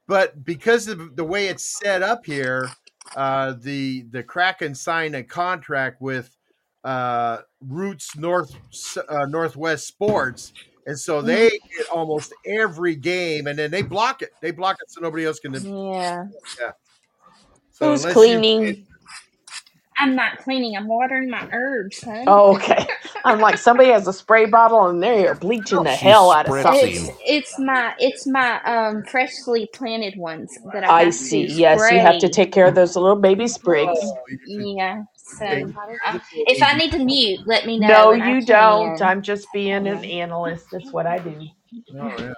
C: but because of the way it's set up here, uh, the the Kraken signed a contract with uh, Roots North S- uh, Northwest Sports, and so they
G: Mm.
C: get almost every game, and then they block it. They block it so nobody else can.
B: Mhm. Yeah.
C: Yeah. So unless
G: Who's
C: you pay
G: cleaning?
B: I'm not cleaning. I'm watering my herbs, hun.
G: Oh, okay. I'm like, somebody has a spray bottle and they are bleaching the
F: She's
G: hell out of something.
B: It's
F: spritzing.
B: it's my it's my um freshly planted ones that I
G: I
B: have to
G: see. Yes, you have to
B: spray.
G: take care of those little baby sprigs.
C: oh, you should
B: Yeah.
C: take
B: So
C: care
B: I,
C: of the
B: if I
C: baby.
B: need to mute, let me know,
G: No,
B: and I
G: you don't.
B: can.
G: I'm just
B: I
G: being an
B: can.
G: analyst. That's what I do.
C: Oh yeah,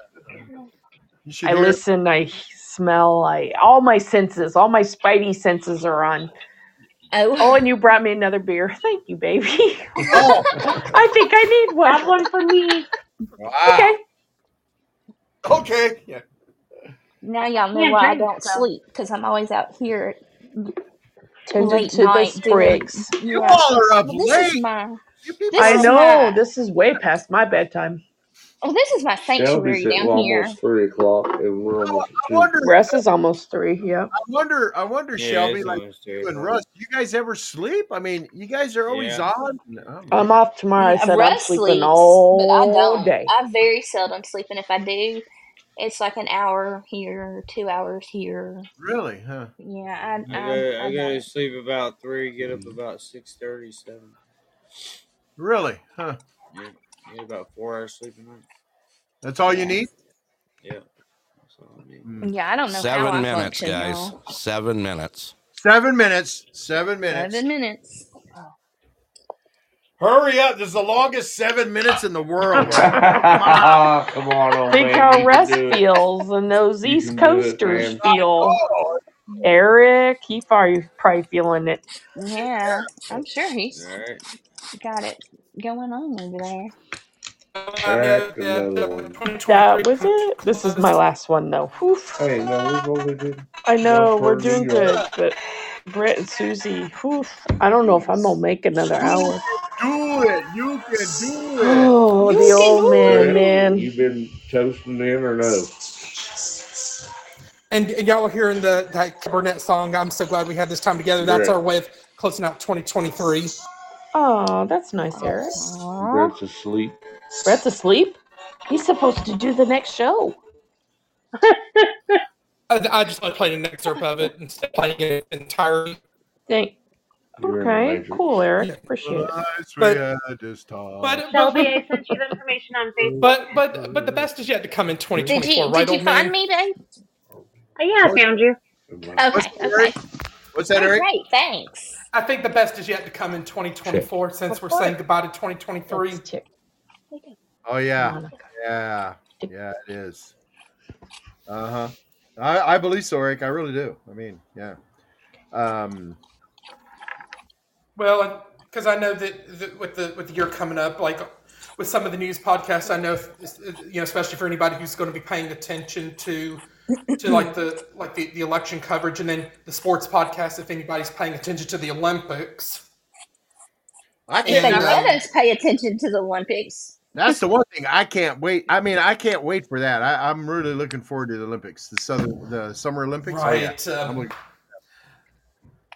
C: you should
G: I
C: hear.
G: listen, I smell, I all my senses, all my spidey senses are on. Oh,
B: Oh.
G: and you brought me another beer. [laughs] Thank you, baby.
C: Oh
G: [laughs] I think I need one.
E: have one for me
C: wow.
G: Okay.
C: Okay. Yeah.
B: Now y'all know
E: can't
B: why I
E: drink
B: don't
E: so
B: sleep because I'm always out here
G: Tended
B: late
G: to the
B: night doing.
G: sprigs.
C: You
B: Yeah.
C: all are up
B: Well, this is
C: late.
B: my.
C: You people
B: This
G: I
C: are
B: is
C: up.
B: my.
G: know this is way past my bedtime.
B: Well, this is my
M: Shelby's
B: sanctuary
M: at
B: down here.
M: almost three o'clock, and we're
C: Oh,
M: almost at
C: I
M: two.
C: wonder.
G: Russ is almost three. Yep.
C: I wonder. I wonder,
D: Yeah,
C: Shelby,
D: it's
C: like
D: almost three
C: you and
D: o'clock.
C: Russ. Do you guys ever sleep? I mean, you guys are always
D: Yeah.
C: on. Oh
G: I'm
C: man.
G: off tomorrow. I
B: Yeah,
G: said I'm
B: Russ
G: sleeping
B: sleeps, but I
G: all
B: don't.
G: day.
B: I very seldom sleep, and if I do, it's like an hour here, two hours here.
C: Really? Huh.
B: Yeah, I
D: I
B: I,
D: go
B: I
D: I go to
B: don't.
D: sleep about three, get up about six thirty, seven.
C: Really? Huh.
D: Yeah. Get about four hours sleep a night.
C: That's all you
B: Yeah,
C: need.
D: Yeah. That's all I need.
C: Hmm.
B: yeah. I don't know how
F: Seven
B: I
F: minutes,
B: function,
F: guys.
B: y'all.
F: Seven minutes.
C: Seven minutes. Seven minutes.
B: Seven minutes.
C: Hurry up! This is the longest seven minutes in the world right now.
G: [laughs]
C: Come on.
F: Oh.
M: Come on, old
G: Think
M: man,
G: how
M: you can
G: Russ
M: do it.
G: feels and those
M: You
G: East
M: can do it,
G: Coasters
M: man.
C: I
G: feel.
C: know.
G: Eric, he probably probably feeling it.
B: Yeah, I'm sure he's
D: All right.
B: got it going on over there.
A: Back another one.
G: That was it. This is my last one, though. Oof.
M: Hey, no, we've only did.
G: I know
M: one
G: we're
M: per
G: doing
M: New
G: good,
M: York.
G: but Brett and Susie, oof, I don't know if I'm gonna make another hour.
C: Do it. You can do it.
G: Oh, the old man,
M: Brett,
G: man.
M: you been toasting in or no?
A: And y- y'all are hearing the that Burnett song. I'm so glad we had this time together. That's
M: Brett,
A: our way of closing out 2023.
G: Oh, that's nice, Eric.
M: Brett's asleep.
G: Brett's asleep. He's supposed to do the next show.
A: I, I just like playing an excerpt of it instead of playing it entirely.
G: Thank.
M: You're in the
G: Okay,
M: Matrix.
G: cool, Eric.
A: Yeah.
G: Appreciate it.
A: But
C: This time.
A: but but
E: Shelby,
A: but
E: I sent you the information on Facebook.
A: but but, but the best is yet to come in
B: Did
A: 2024,
B: you did
A: right,
B: you
A: old
B: find
A: man?
B: me, babe?
E: Oh, yeah, I found you.
C: What's
B: Okay,
C: that,
B: okay.
C: Eric? What's that,
B: Oh,
C: Eric?
B: great, thanks.
A: I think the best is yet to come in 2024 since
G: Of
A: we're
G: course.
A: saying goodbye to 2023.
G: Let's tick,
C: Oh yeah,
G: Monica.
C: yeah,
G: Tick.
C: yeah. It is. Uh huh. I, I believe so, Eric. I really do. I mean, yeah. Um.
A: Well, because I know that, that with the with the year coming up, like with some of the news podcasts, I know if- you know, especially for anybody who's going to be paying attention to to like the like the, the election coverage, and then the sports podcast. If anybody's paying attention to the Olympics,
C: I
B: If
C: can't.
B: they
A: and
C: I,
B: let
A: um,
B: us pay attention to the Olympics,
C: that's the one thing I can't wait. I mean, I can't wait for that. I, I'm really looking forward to the Olympics, the southern, the summer Olympics. Oh yeah,
A: right.
C: I'm
A: Um,
C: looking.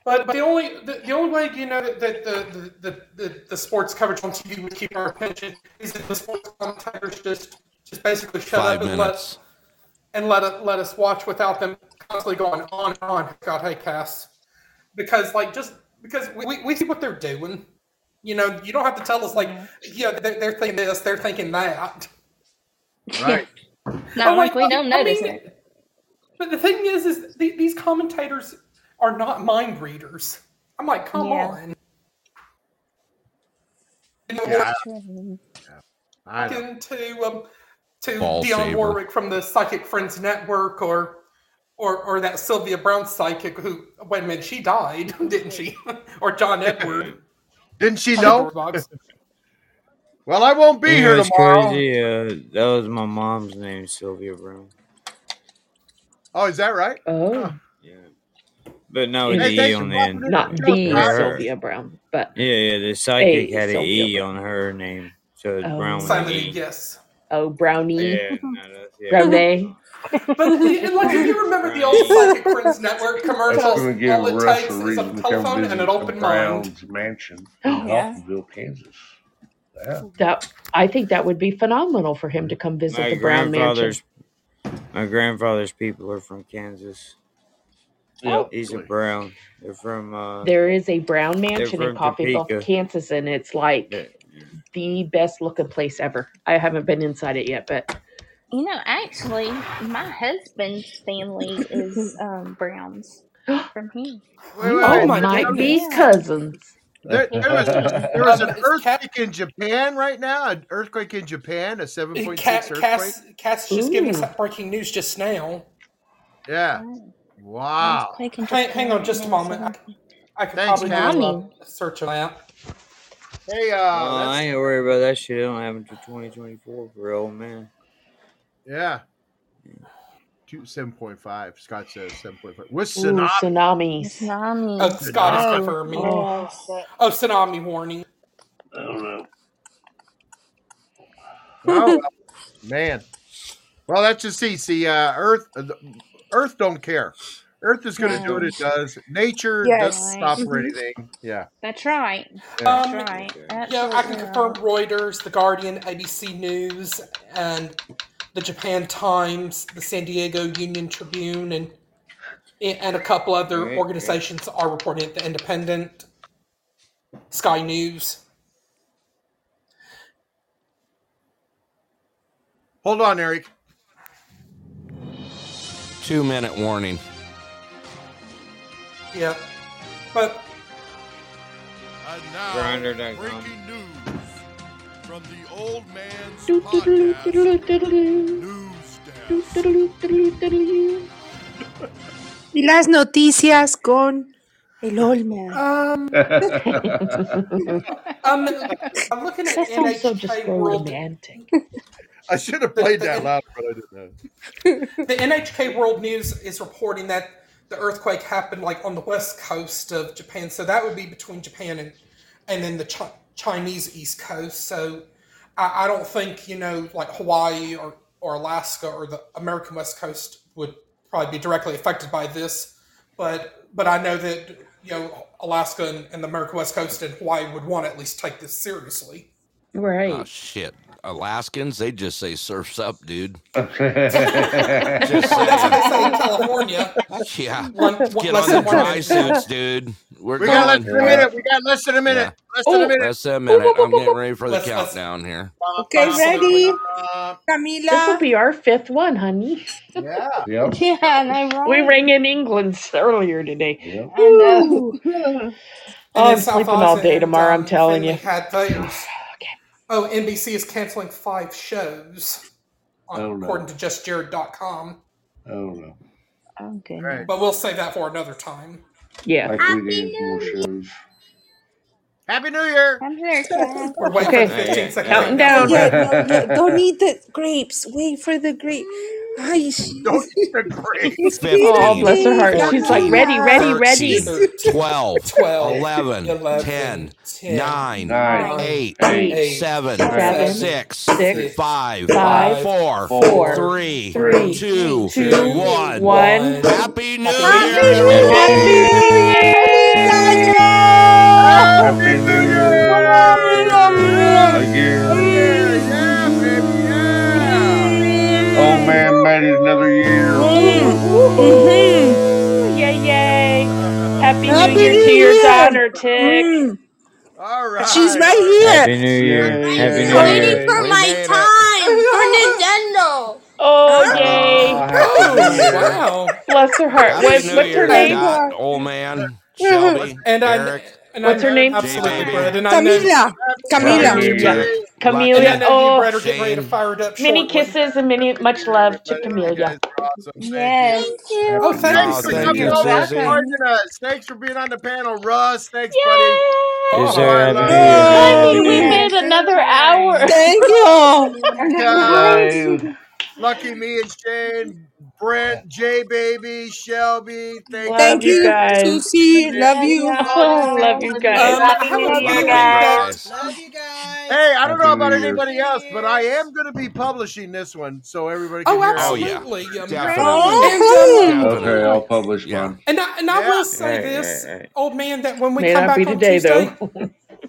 A: But, but the only the, the only way you know that that the the, the, the the sports coverage on TV would keep our attention is if the sports commentators just just basically shut
F: Five
A: up and let
F: minutes.
A: and let us, let us watch without them constantly going on and on. God, hey, Cass, because like just because we, we, we see what they're doing, you know, you don't have to tell us like yeah they're, they're thinking this, they're thinking that.
C: Right.
A: Or
B: [laughs]
G: Oh,
B: not
A: like
B: like we don't
A: I
B: know this.
A: mean, but the thing is, is the, these commentators are not mind readers. I'm like, come
B: Yeah,
A: on. You know,
C: Yeah,
B: true.
C: I, I know.
A: talking to um, to
F: Ball
A: Dion
F: saber.
A: Warwick from the Psychic Friends Network, or or or that Sylvia Brown psychic who wait a minute she died, [laughs] didn't she? or John Edward
C: [laughs] Didn't
A: on
C: she
A: the
C: know?
A: Bird Box.
C: Well, I won't be
H: You know,
C: here
H: it's
C: tomorrow.
H: crazy. Uh, that was my mom's name, Sylvia Brown.
C: Oh, is that right? Huh.
G: Oh,
H: Yeah, but not with the
C: Hey,
H: E
C: thanks
G: interesting.
H: on the end.
C: for popping in,
G: Not
C: Shelby.
G: the
H: Her, her,
G: Sylvia Brown, but
H: yeah, yeah. The psychic
G: a
H: had a
G: Sylvia
H: E
G: Brown.
H: on her name, so it's Brown with
G: Oh,
H: an
A: Sanity,
H: E.
A: yes.
G: oh, Brownie, [laughs]
H: Yeah, no, that's yeah, Brown.
G: Brownie.
A: But the, [laughs] and like if you
H: [laughs]
A: remember the old
H: Brownie.
A: Psychic Friends Network
M: That's
A: commercials,
M: going to give
A: all it
M: Russ a
A: takes is a
M: reason to come
A: telephone and an
M: visit the
A: open mind.
M: Browns mansion in
G: that
B: Yeah.
M: Hoffmanville, Kansas. Yeah.
G: I think that would be phenomenal for him to come visit
H: My
G: the Brown Mansion.
H: grandfather's my grandfather's people are from Kansas.
M: Yep.
G: Oh,
H: He's a
C: Really?
H: Brown. They're from uh,
G: there is a Brown
H: they're
G: Mansion in
H: from
G: Coffeeville,
H: Topeka.
G: Kansas, and it's like
H: They're-
G: the best looking place ever. I haven't been inside it yet, but
B: You know, actually, my husband's family is um,
G: [gasps]
B: Browns from here.
C: Wait,
G: you
C: wait,
A: Oh
G: all
C: wait.
A: my
C: There, there
G: might
C: was
G: be
B: Yeah.
G: cousins.
C: there, there was there was
A: Um,
C: an
B: [laughs]
A: it's Cat
C: earthquake in Japan right now. An earthquake in Japan, a seven point six
A: Cat
C: earthquake.
A: Cass Cass just giving us
G: Ooh,
A: that breaking news just now.
C: Yeah.
B: Oh,
C: Wow.
B: earthquake in
A: Hang, hang on
B: Japan
A: just a
B: and a
A: moment. I,
B: seven.
A: c- I could
C: Thanks,
A: probably do
C: Cat.
A: a, uh,
B: Mommy.
A: a search of that.
C: Hey,
H: Well,
C: uh,
G: Oh,
H: Oh, I
C: that's
H: ain't worried about that shit. It don't happen until 2024 for old man.
C: yeah. Two seven point five. Scott says seven point five. With
G: ooh,
C: tsunami.
G: tsunamis.
A: Oh,
B: Tsunamis.
A: Scott is
C: Tsunami.
B: Oh,
A: confirming.
G: Oh,
B: yes. That,
A: Oh, tsunami warning.
M: I don't know.
C: Oh well, man. Well, that's just see. See, uh, Earth, uh, the- Earth don't care. Earth is going to do what
B: no.
C: it does. Nature doesn't
I: yes.
B: Right.
G: Mm-hmm.
C: stop for
I: hmm
C: anything. Yeah,
B: That's right.
C: yeah.
B: That's
A: Um,
B: right.
A: yeah, I
B: Absolutely
A: can
B: right.
A: confirm Reuters, The Guardian, ABC News, and the Japan Times, the San Diego Union Tribune, and and a couple other
H: Right, right.
A: organizations are reporting it. The Independent, Sky News.
C: Hold on, Eric.
F: Two minute warning.
A: Yeah, but
O: And now,
H: Grinder.com.
O: breaking news from the Old Man's
G: Doo, doo, doo, doo,
O: Podcast
G: doo, doo, doo,
O: News
G: doo, doo,
O: Desk.
G: doo, doo, doo, doo, doo.
I: Y las noticias con. El old man.
A: Um,
G: [laughs]
A: um, I'm looking at
G: oh. That sounds
A: NHK
G: so just so
A: World.
G: romantic.
C: [laughs] I should have played that loud, but I didn't know.
A: The NHK World News is reporting that the earthquake happened like on the west coast of Japan, so that would be between Japan and and then the chi- Chinese east coast. So I, I don't think you know like Hawaii or or Alaska or the American west coast would probably be directly affected by this, but but I know that you know Alaska and, and the American west coast and Hawaii would want to at least take this seriously.
G: Right.
F: Oh shit. Alaskans, they just say surfs up,
C: [laughs]
F: dude.
A: That's what they say in California.
F: Yeah.
A: One-
F: Let's
A: one-
F: get
A: less
F: on the
A: than one
F: dry
A: minute.
F: suits, dude. We're
C: We got
F: going.
C: less than a minute. We got less than a minute. Less than a minute.
F: Less than Oh, a minute. I'm getting ready for the
A: Let's- let's-
F: countdown here.
I: Okay, ready,
A: Uh,
G: This will
I: Camila.
G: be our fifth one, honey.
C: Yeah.
M: Yep.
B: Yeah, I know,
G: We
B: right?
G: rang in England [laughs] earlier today.
M: Yep.
B: I know.
G: Woo!
B: [laughs]
A: And
G: Oh,
A: then
G: I'm
A: South
G: sleeping all
A: Oz
G: day
A: and
G: tomorrow, I'm
A: um,
G: telling
A: Finley
G: you.
A: had theirs. Oh, NBC is canceling five shows, uh,
M: Oh
A: according
M: no.
A: to justjared.com.
M: Oh no.
G: Oh,
C: All right.
G: goodness.
A: But we'll save that for another time.
G: Yeah.
M: Like we need more shows.
C: Happy New Year.
B: I'm there, Chad.
I: [laughs]
A: We're waiting for
G: Okay.
H: Uh,
A: the 15 second
G: Counting
A: countdown.
G: down.
I: Yeah, no, yeah. Don't eat the grapes. Wait for the grape. Ay,
C: Don't eat the grapes.
G: Oh,
F: 15,
G: bless her
I: espérate,
G: heart. She's like, ready, ready,
I: Camila.
F: 13,
G: ready.
A: 13,
F: 12,
A: 12,
F: 11, 10,
A: 11, 10,
F: 9,
M: Nine,
A: 9,
F: 8,
G: Eight,
M: eight,
A: 8,
F: seven,
M: seven,
G: seven,
A: seven,
F: six,
G: six,
A: 6,
F: five,
A: 5,
G: five,
F: four,
G: four,
A: four,
F: three,
G: three,
A: three,
F: two,
G: two,
A: two,
F: one.
G: one.
A: one.
F: Happy New
A: Happy New
F: Year,
I: Happy
A: Year!
I: New
G: Happy
F: everybody!
G: New
I: Year!
G: Year!
I: Feliz Navidad!
C: Happy
M: Happy
C: New
M: New Year
C: Year.
M: again.
C: Yeah, baby. Yeah.
K: Oh,
M: Old man made it another year.
I: Mm, mm-hmm.
G: Woohoo! Yay, yay! Happy New
I: Happy
G: Year to
I: New
G: your
I: Year!
G: daughter, Tick.
I: Mm.
C: All
I: She's
C: right. All right.
I: right
J: Happy New Year.
M: Yay,
J: Happy
M: yay,
J: New
B: Waiting
J: Year.
M: yay.
B: for
F: We
B: my
F: made it.
B: time for Nintendo.
G: Oh,
I: here.
G: yay!
M: Ah, happy new
A: Oh,
M: year.
A: wow.
G: Bless her heart.
F: Happy
G: What,
F: New
G: what's
F: Year,
G: her
I: Thank
G: name?
F: Scott,
I: God.
F: old man,
I: What's
F: Shelby,
A: And I,
F: Eric,
A: and I
G: What's her
A: know,
G: name?
A: absolutely, Brett,
F: JJB,
A: and I know
I: Camila.
F: Happy
I: Camila.
M: Happy
F: New
M: New
G: Camelia.
F: Year,
M: Year.
A: And I
G: Camelia.
F: Lucky,
A: know you,
G: Oh,
A: Brett, are getting ready to
F: Shane.
A: fire it up
G: many
A: shortly.
G: kisses and many
C: Happy
G: much
C: New Year,
G: love to
C: everybody. You
G: Camelia.
C: guys are awesome. Thank you.
B: Yes. Thank you.
A: Oh,
M: Happy
A: thank you
C: Thanks
F: Oh,
C: for
A: so
J: Thank
F: thank
C: coming
J: you,
F: you,
A: much.
C: over and
J: Susie.
F: Susie.
C: joining us. Thanks for being on the panel, Russ. Thanks, buddy.
J: Yes,
G: Yay!
C: You
K: Oh,
J: sir.
C: are
J: Happy New
C: loved.
J: Year, man.
G: Thank
J: Happy
G: you.
J: New
G: We
I: Oh,
J: Year.
G: made another hour.
I: thank you all.
C: Yes.
M: Yay.
C: Lucky me and Shane, Brent, J Baby, Shelby. Thank you,
G: Love
I: Thank
G: you
I: you,
C: Brett.
G: guys.
I: Susie. Love
B: Love
I: you.
B: y'all.
G: Love you guys.
A: Um,
B: Happy
A: have
B: New
A: a
F: Love
A: good
F: you
B: Year.
A: weekend.
F: guys.
C: Hey, I don't
M: Happy
C: know
M: New
C: about
M: Year.
C: anybody else, but I am going to be publishing this one so everybody can
A: Oh,
C: hear
F: Oh,
C: it.
F: yeah.
A: absolutely. Um,
F: Definitely.
I: Oh,
A: and um,
M: Okay,
F: Definitely.
M: I'll publish
F: Yeah.
M: mine.
A: and I, and I
C: Yeah.
A: will
H: All
A: say
H: right, all right,
A: this,
H: all right.
A: old man, that when we
G: May
A: come
G: not be
A: back on
G: today,
A: Tuesday,
G: though.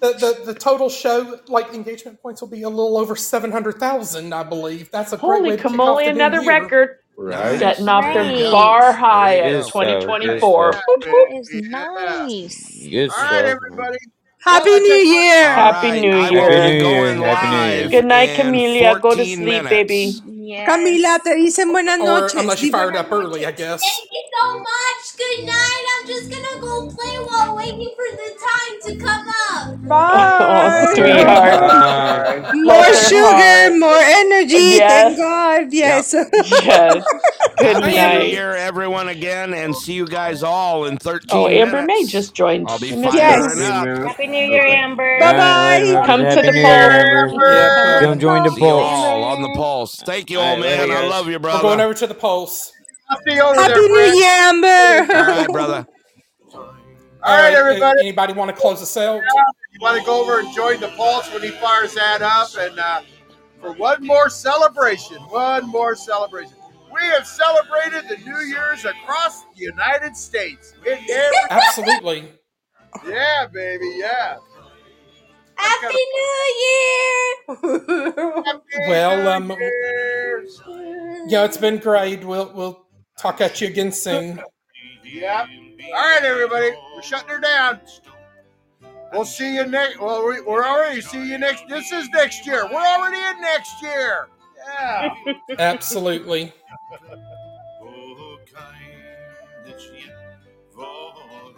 A: the, the, the total show like engagement points will be a little over 700,000 i believe that's a great way
G: Holy
A: to kick off
G: camole,
A: the new
G: another
A: year
G: record
M: Right?
G: setting
F: Nice.
G: off the
F: Very
B: Great.
G: bar
F: nice. There
G: high
F: you
G: of
H: Good
F: go.
H: stuff. Good stuff.
G: 2024.
C: Yeah,
G: Boop, boop. [laughs]
B: That is
C: baby. Yeah.
B: nice.
J: Good
C: All right,
J: stuff.
C: everybody. Well,
I: Happy
C: I tell
I: New
C: you what.
I: Year.
F: All
G: Happy
F: right.
G: New
F: I will
J: Happy New
F: be
G: Year.
J: Year.
F: going
J: Happy New
F: live
J: Year.
G: Good night,
F: in
G: Camelia. Go to
F: 14
G: sleep,
F: minutes.
G: baby.
B: Yes.
I: Camila, te dicen buenas
A: or
I: noches.
A: unless you
I: Di
A: fire it
I: buenas
A: up early i
I: noches.
A: guess
B: Thank you so much. Good night. I'm just gonna go play while waiting for the time to come up.
G: Oh,
I: Bye.
G: sweetheart.
M: Bye.
G: Bless
I: More
G: her
I: sugar,
G: heart.
I: more energy. Thank
G: Yes.
I: God.
F: Yep.
I: Yes.
G: Yes. Good
A: i
F: Happy New
A: am
G: night.
F: Year, everyone, again, and see you guys all in
G: Oh,
F: 13
G: Amber May
F: minutes.
G: just joined.
F: I'll be
G: She missed us.
F: firing
M: Thirteen
I: yes.
F: up.
M: minutes.
E: Happy New Year,
M: Okay.
E: Amber.
J: All right,
I: Bye
J: everybody.
G: Come to
J: Happy
G: the
J: New Year,
G: poll.
J: Amber.
A: yep uh,
J: Come
E: Come
J: join the
E: vote
F: See you
E: for
J: polls.
F: all on the
E: Amber.
F: pulse. Thank you,
H: All
F: old
H: right, later,
F: man. I
H: guys.
F: love you,
A: we're going
F: brother.
A: over to the polls
C: Lefty over
I: Happy
C: there,
I: New
C: Brent.
I: Year,
F: All
I: Amber.
A: [laughs]
F: right, brother.
C: All
A: all
C: right,
A: right a-
C: everybody.
A: anybody want to close us out
C: You want to go over and join the pulse when he fires that up, and uh, for one more celebration, one more celebration. We have celebrated the New Year's across the United States. In every,
A: absolutely
C: yeah, baby, yeah. That's kind
B: Happy New
C: of happy
A: well
C: New
A: um
C: Year.
A: yeah it's
B: Year.
A: been great we'll we'll talk at you again soon
C: Yep. All right, everybody, we're shutting her down. We'll see you next. Well, we, we're already see you next. This is next year. We're already in next year. Yeah.
A: absolutely
O: Oh, kindness yet for all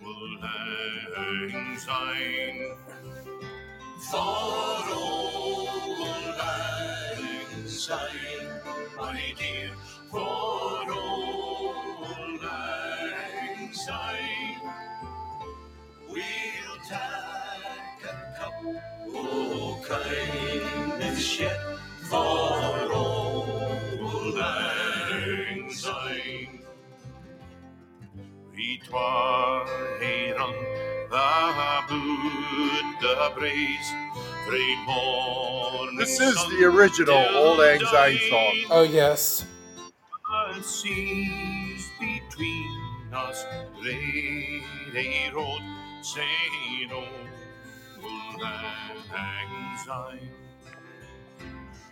O: will lang syne. For all lang syne, my dear, for all lang syne.
K: kindness yet for old lang syne. I tvarheran thy Buddha praise, free morning
C: This is the original Old Lang Syne song.
A: Oh yes.
K: sun sees between us laid a road, say no, old lang syne.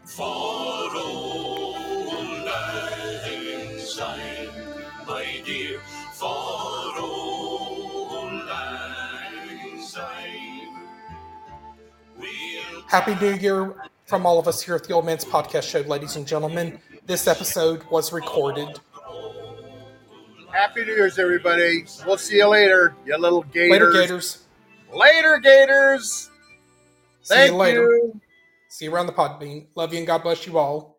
K: For old lang syne, my dear, for old lang syne, we'll
A: Happy New Year from all of us here at the Old Man's Podcast Show, ladies and gentlemen. This episode was recorded
C: Happy New Year's, everybody. We'll see you later, you little gators.
A: later, Gators.
C: Later, Gators.
A: See
C: Thank
A: you later.
C: you.
A: See you around the pod bean. Love you and God bless you all.